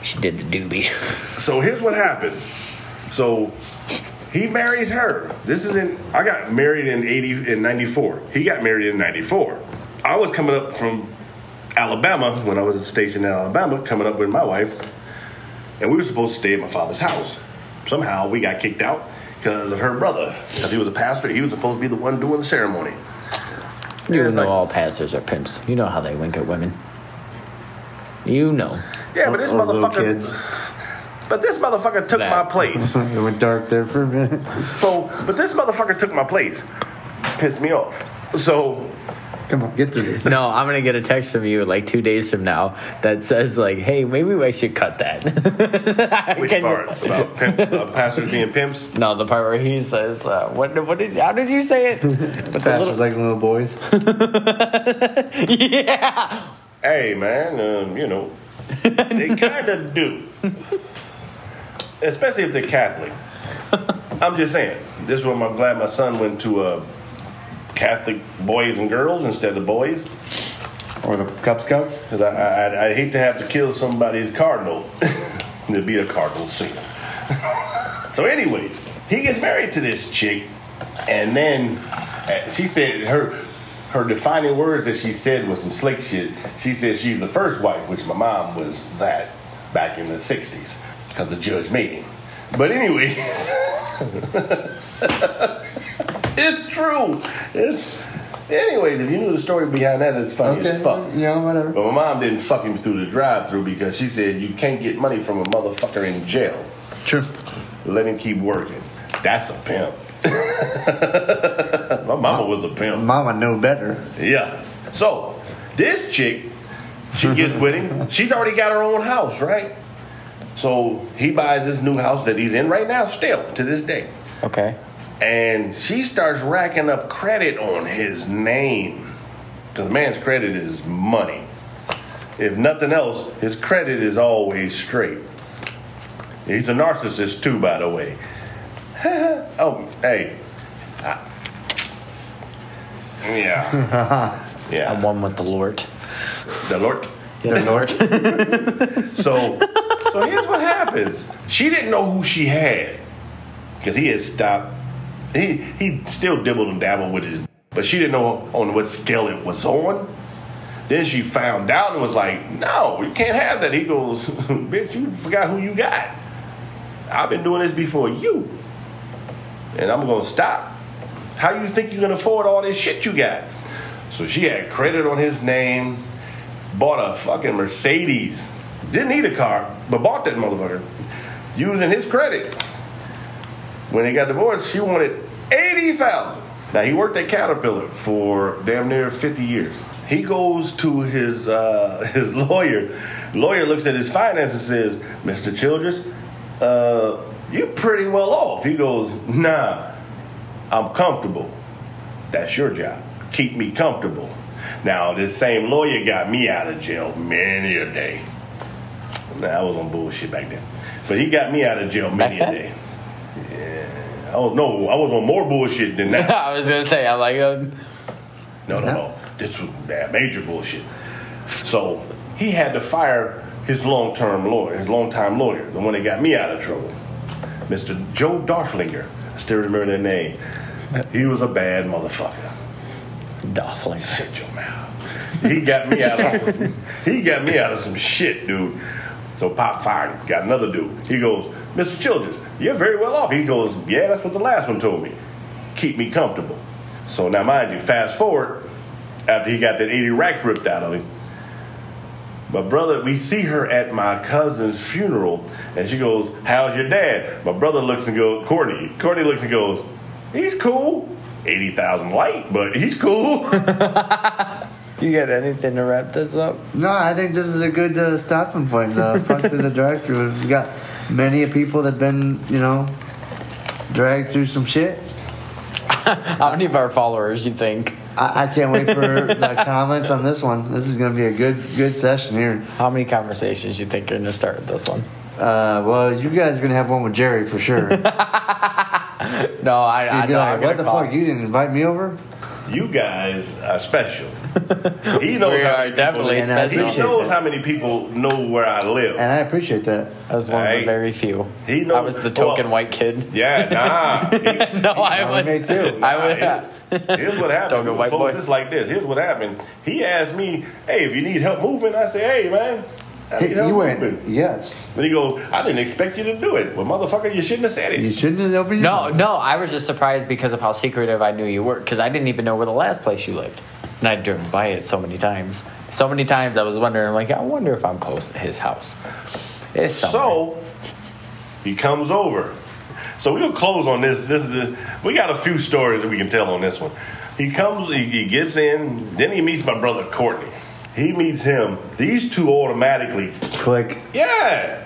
She did the doobie.
So here's what happened. So he marries her. This is in I got married in 80 in 94. He got married in 94. I was coming up from Alabama when I was stationed in Alabama, coming up with my wife, and we were supposed to stay at my father's house. Somehow we got kicked out because of her brother. Because he was a pastor, he was supposed to be the one doing the ceremony.
You
it's
know
like-
all pastors are pimps. You know how they wink at women. You know.
Yeah, but this
Or little
motherfucker.
kids.
But this motherfucker took
That.
my place.
it went dark there for a minute.
So, but this motherfucker took my place. Pissed me off. So
Come on, get through this.
No, I'm gonna get a text from you like two days from now that says like, "Hey, maybe we should cut that."
Which
Can you-
part about pimp, uh, pastors being pimps?
No, the part where he says, uh, "What? What did? How did you say it?" But the
Fast
little,
was like little boys.
yeah.
Hey man, um, you know they kind of do, especially if they're Catholic. I'm just saying. This is why I'm glad my son went to uh, Catholic boys and girls instead of boys.
or the Cub Scouts.
'Cause I, I, I'd- I'd hate to have to kill somebody's cardinal. It'd be a cardinal sin. so, anyways, he gets married to this chick, and then uh, she said her her defining words that she said was some slick shit. She said she's the first wife, which my mom was that back in the '60s, because the judge made him. But anyways, it's true. It's anyways. If you knew the story behind that, it's funny
Okay.
as fuck.
Yeah, whatever.
But my mom didn't fuck him through the drive through because she said you can't get money from a motherfucker in jail.
True.
Let him keep working. That's a pimp. my mama was a pimp.
Mama know better.
Yeah. So this chick, she gets with him. She's already got her own house, right? So he buys this new house that he's in right now, still to this day.
Okay.
And she starts racking up credit on his name. 'Cause The man's credit is money. If nothing else, his credit is always straight. He's a narcissist too, by the way. oh, hey. Ah. I- yeah.
I'm
yeah.
one with the Lord.
The Lord.
the Lord.
So, so here's what happens. She didn't know who she had because he had stopped. He he still dibbled and dabbled with his, but she didn't know on what scale it was on. Then she found out and was like, "No, you can't have that." He goes, "Bitch, you forgot who you got. I've been doing this before you, and I'm gonna stop. How you think you can afford all this shit you got?" So she had credit on his name bought a fucking Mercedes. Didn't need a car, but bought that motherfucker using his credit. When they got divorced, she wanted eighty thousand. Now he worked at Caterpillar for damn near fifty years. He goes to his uh, his lawyer. Lawyer looks at his finances and says, "Mr. Childress, uh, you pretty well off." He goes, "Nah, I'm comfortable. That's your job. Keep me comfortable. Now, this same lawyer got me out of jail many a day. Nah, I was on bullshit back then. But he got me out of jail many a
Back
day. Yeah. Oh, no, I was on more bullshit than that.
I was gonna say, I'm like, uh,
No, no, no. This was bad, major bullshit. So he had to fire his long-term lawyer, his long-time lawyer, the one that got me out of trouble, Mr. Joe Darflinger. I still remember that name. He was a bad motherfucker.
Duffling.
Shut your mouth. He got me out of he got me out of some shit, dude. So Pop fired him. Got another dude. He goes, Mr. Childress, you're very well off. He goes, Yeah, that's what the last one told me. Keep me comfortable. So now mind you, fast forward, after he got that 80 racks ripped out of him. My brother, we see her at my cousin's funeral, and she goes, How's your dad? My brother looks and goes, Courtney. Courtney looks and goes, He's cool. 80,000 light, but he's cool.
You got anything to wrap this up?
No, I think this is a good uh, stopping point. The fuck through the drive-through. We've got many people that've been, you know, dragged through some shit.
How many of our followers you think?
I, I can't wait for the comments on this one. This is going to be a good good session here.
How many conversations you think you're gonna start with this one?
Uh, well, you guys are going to have one with Jerry for sure. You'd
No, I, I
be
know. I
like,
gotta
what the
call.
fuck? You didn't invite me over?
You guys are special. He knows
We
how
are
many people-
definitely
and I
special.
He knows how many people know where I live.
And I appreciate that.
I was one of the
Hey.
very few.
He
I
knows-
was the token
well-
white kid.
Yeah, nah. He-
No, I
I
would.
me too.
I would.
Here's- Here's what happened.
Talking
We'll
white
close
boy.
This like this. Here's what happened. He asked me, "Hey, if you need help moving," I say, "Hey, man." I need
Hey,
help
you went,
moving."
yes.
Then he goes, "I didn't expect you to do it." Well, motherfucker, you shouldn't have said
You
it.
shouldn't have opened your
No, no, I was just surprised because of how secretive I knew you were. Because I didn't even know where the last place you lived, and I'd driven by it so many times. So many times I was wondering, like, I wonder if I'm close to his house. It's so.
So he comes over. So we'll close on this. This is the- we got a few stories that we can tell on this one. He comes, he, he gets in. Then he meets my brother Courtney. He meets him. These two automatically
click.
Yeah.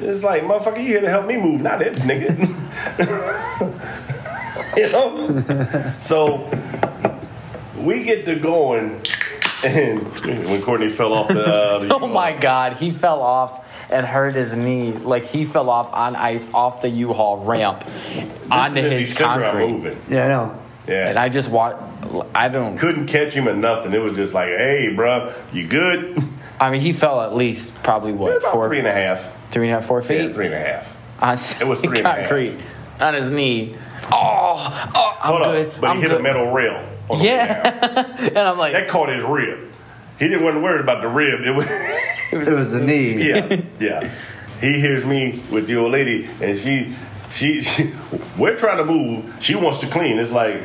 It's like, motherfucker, you here to help me move, not it, nigga. you know? So we get to going, and when Courtney fell off the. Uh, the-
Oh my God, he fell off and hurt his knee. Like he fell off on ice off the U-Haul ramp
This is
onto
in
his
December, I'm
concrete,
moving.
Yeah, I know.
Yeah.
and I just watched. I don't.
couldn't catch him or nothing. It was just like, hey, bruh, you good?
I mean, he fell at least probably what
About
four,
three and a half.
three and a half, four feet.
Yeah, three and a half.
on
It was three and a half.
concrete on his knee. Oh, oh I'm
Hold
good.
up. But
I'm
he hit
good.
a metal rail. on the way down.
Yeah, and I'm like,
That caught his rib. He didn't wasn't worried about the rib. It was.
It was the knee.
Yeah, yeah. He hears me with the old lady, and she, she, she we're trying to move. She wants to clean. It's like,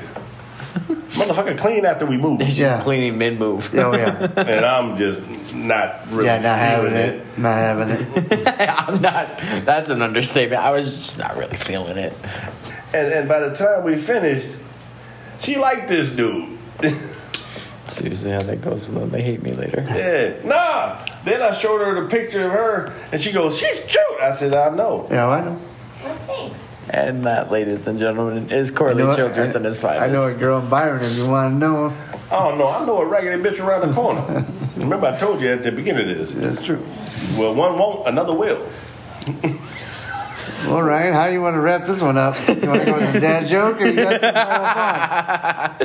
motherfucker, clean after we move.
he's
Yeah.
just cleaning mid move.
Oh, yeah.
And I'm just not really
Yeah, not having
feeling
it. Not having it.
I'm not. That's an understatement. I was just not really feeling it.
And and by the time we finished, she liked this dude.
It's usually how that goes, and then they hate me later.
Yeah, nah. Then I showed her the picture of her, and she goes, "She's cute." I said, "I know."
Yeah, I know.
Thanks.
And that, ladies and gentlemen, is Corley
You know,
Childress
I-
and his
I
finest.
know a girl in Byron if you want to know.
I don't know. I know a raggedy bitch around the corner. Remember, I told you at the beginning of this.
That's true.
Well, one won't, another will.
Well, Ryan, how do you want to wrap this one up? You want to go with a dad joke or you got some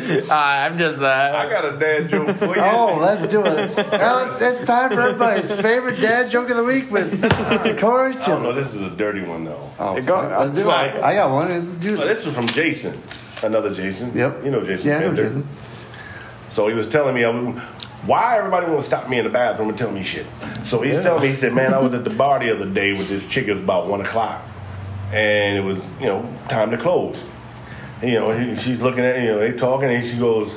final thoughts?
Uh, I'm just that.
I got a dad joke for you.
Oh, let's do it. Now it's, it's time for everybody's favorite dad joke of the week with Mr. Corey's
I don't know.
Children.
This is a dirty one though.
Oh,
Go-
fuck, let's do it.
Fuck.
I got one. Let's do
Well,
it.
Oh, this is from Jason, another Jason.
Yep.
You know Jason.
Yeah, I know
Bender.
Jason.
So he was telling me, I was- why everybody want to stop me in the bathroom and tell me shit. So he's telling me, he said, man, I was at the bar the other day with this chick. It was about one o'clock, and it was you know time to close. You know, he, she's looking at you know they talking, and she goes,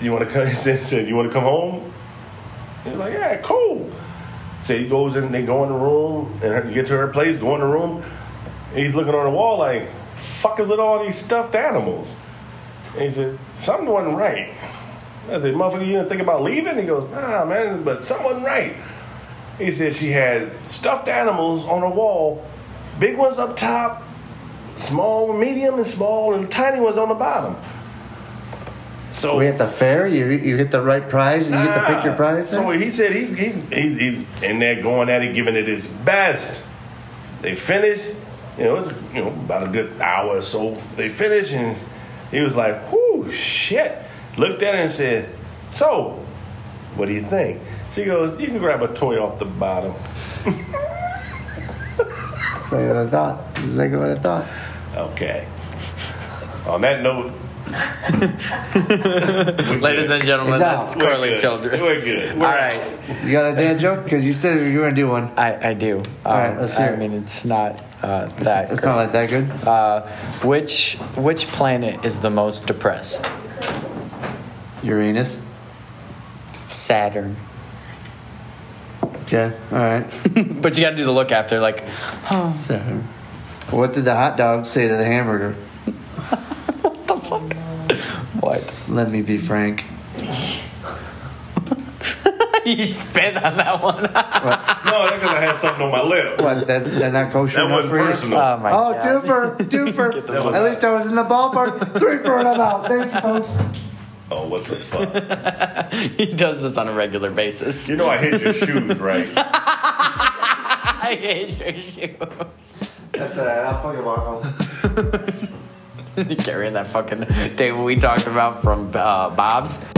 "You want to come?" He said, "You want to come home?" He's like, "Yeah, cool." So he goes in, they go in the room, and her, get to her place, go in the room. And he's looking on the wall like, fucking with all these stuffed animals. And he said, something wasn't right. I said, motherfucker, you didn't think about leaving? He goes, nah, man, but something wasn't right. He said she had stuffed animals on her wall, big ones up top, small, medium, and small, and tiny ones on the bottom. So
We at the fair, you, you hit the right prize and you get to pick your
Ah,
prize.
So
there?
he said he's he's he's, he's in there going at it, giving it his best. They finish, you know, it's you know about a good hour or so. They finish, and he was like, "Whoo, shit!" Looked at her and said, "So, what do you think?" She goes, "You can grab a toy off the bottom."
That's like what I thought. That's exactly what I thought.
Okay. On that note,
Ladies and gentlemen,
It's out.
that's
we're
Corley
good.
Childress.
We're good.
All
We're
right.
out.
You got a dad joke? Because you said you were going to do one.
I, I do.
right,
Um,
let's hear
I
it.
mean, it's not uh, that.
It's not like that good.
great. Uh, which which planet is the most depressed?
Uranus.
Saturn.
Yeah, all right.
But you got to do the look after, like,
So, what did the hot dog say to the hamburger?
what?
Let me be frank.
you spit on that one.
No, that's because I had something on my lip.
What? That that not kosher
That
enough
wasn't
for you?
personal.
Oh my
Oh,
god.
twofer, twofer. At least I was in the ballpark. Three for and I'm out. Thank you, folks.
Oh, what the fuck?
he does this on a regular basis.
you know I hate your shoes, right?
I hate your shoes.
That's alright. I'll fucking walk home.
Carrying that fucking table we talked about from uh, Bob's.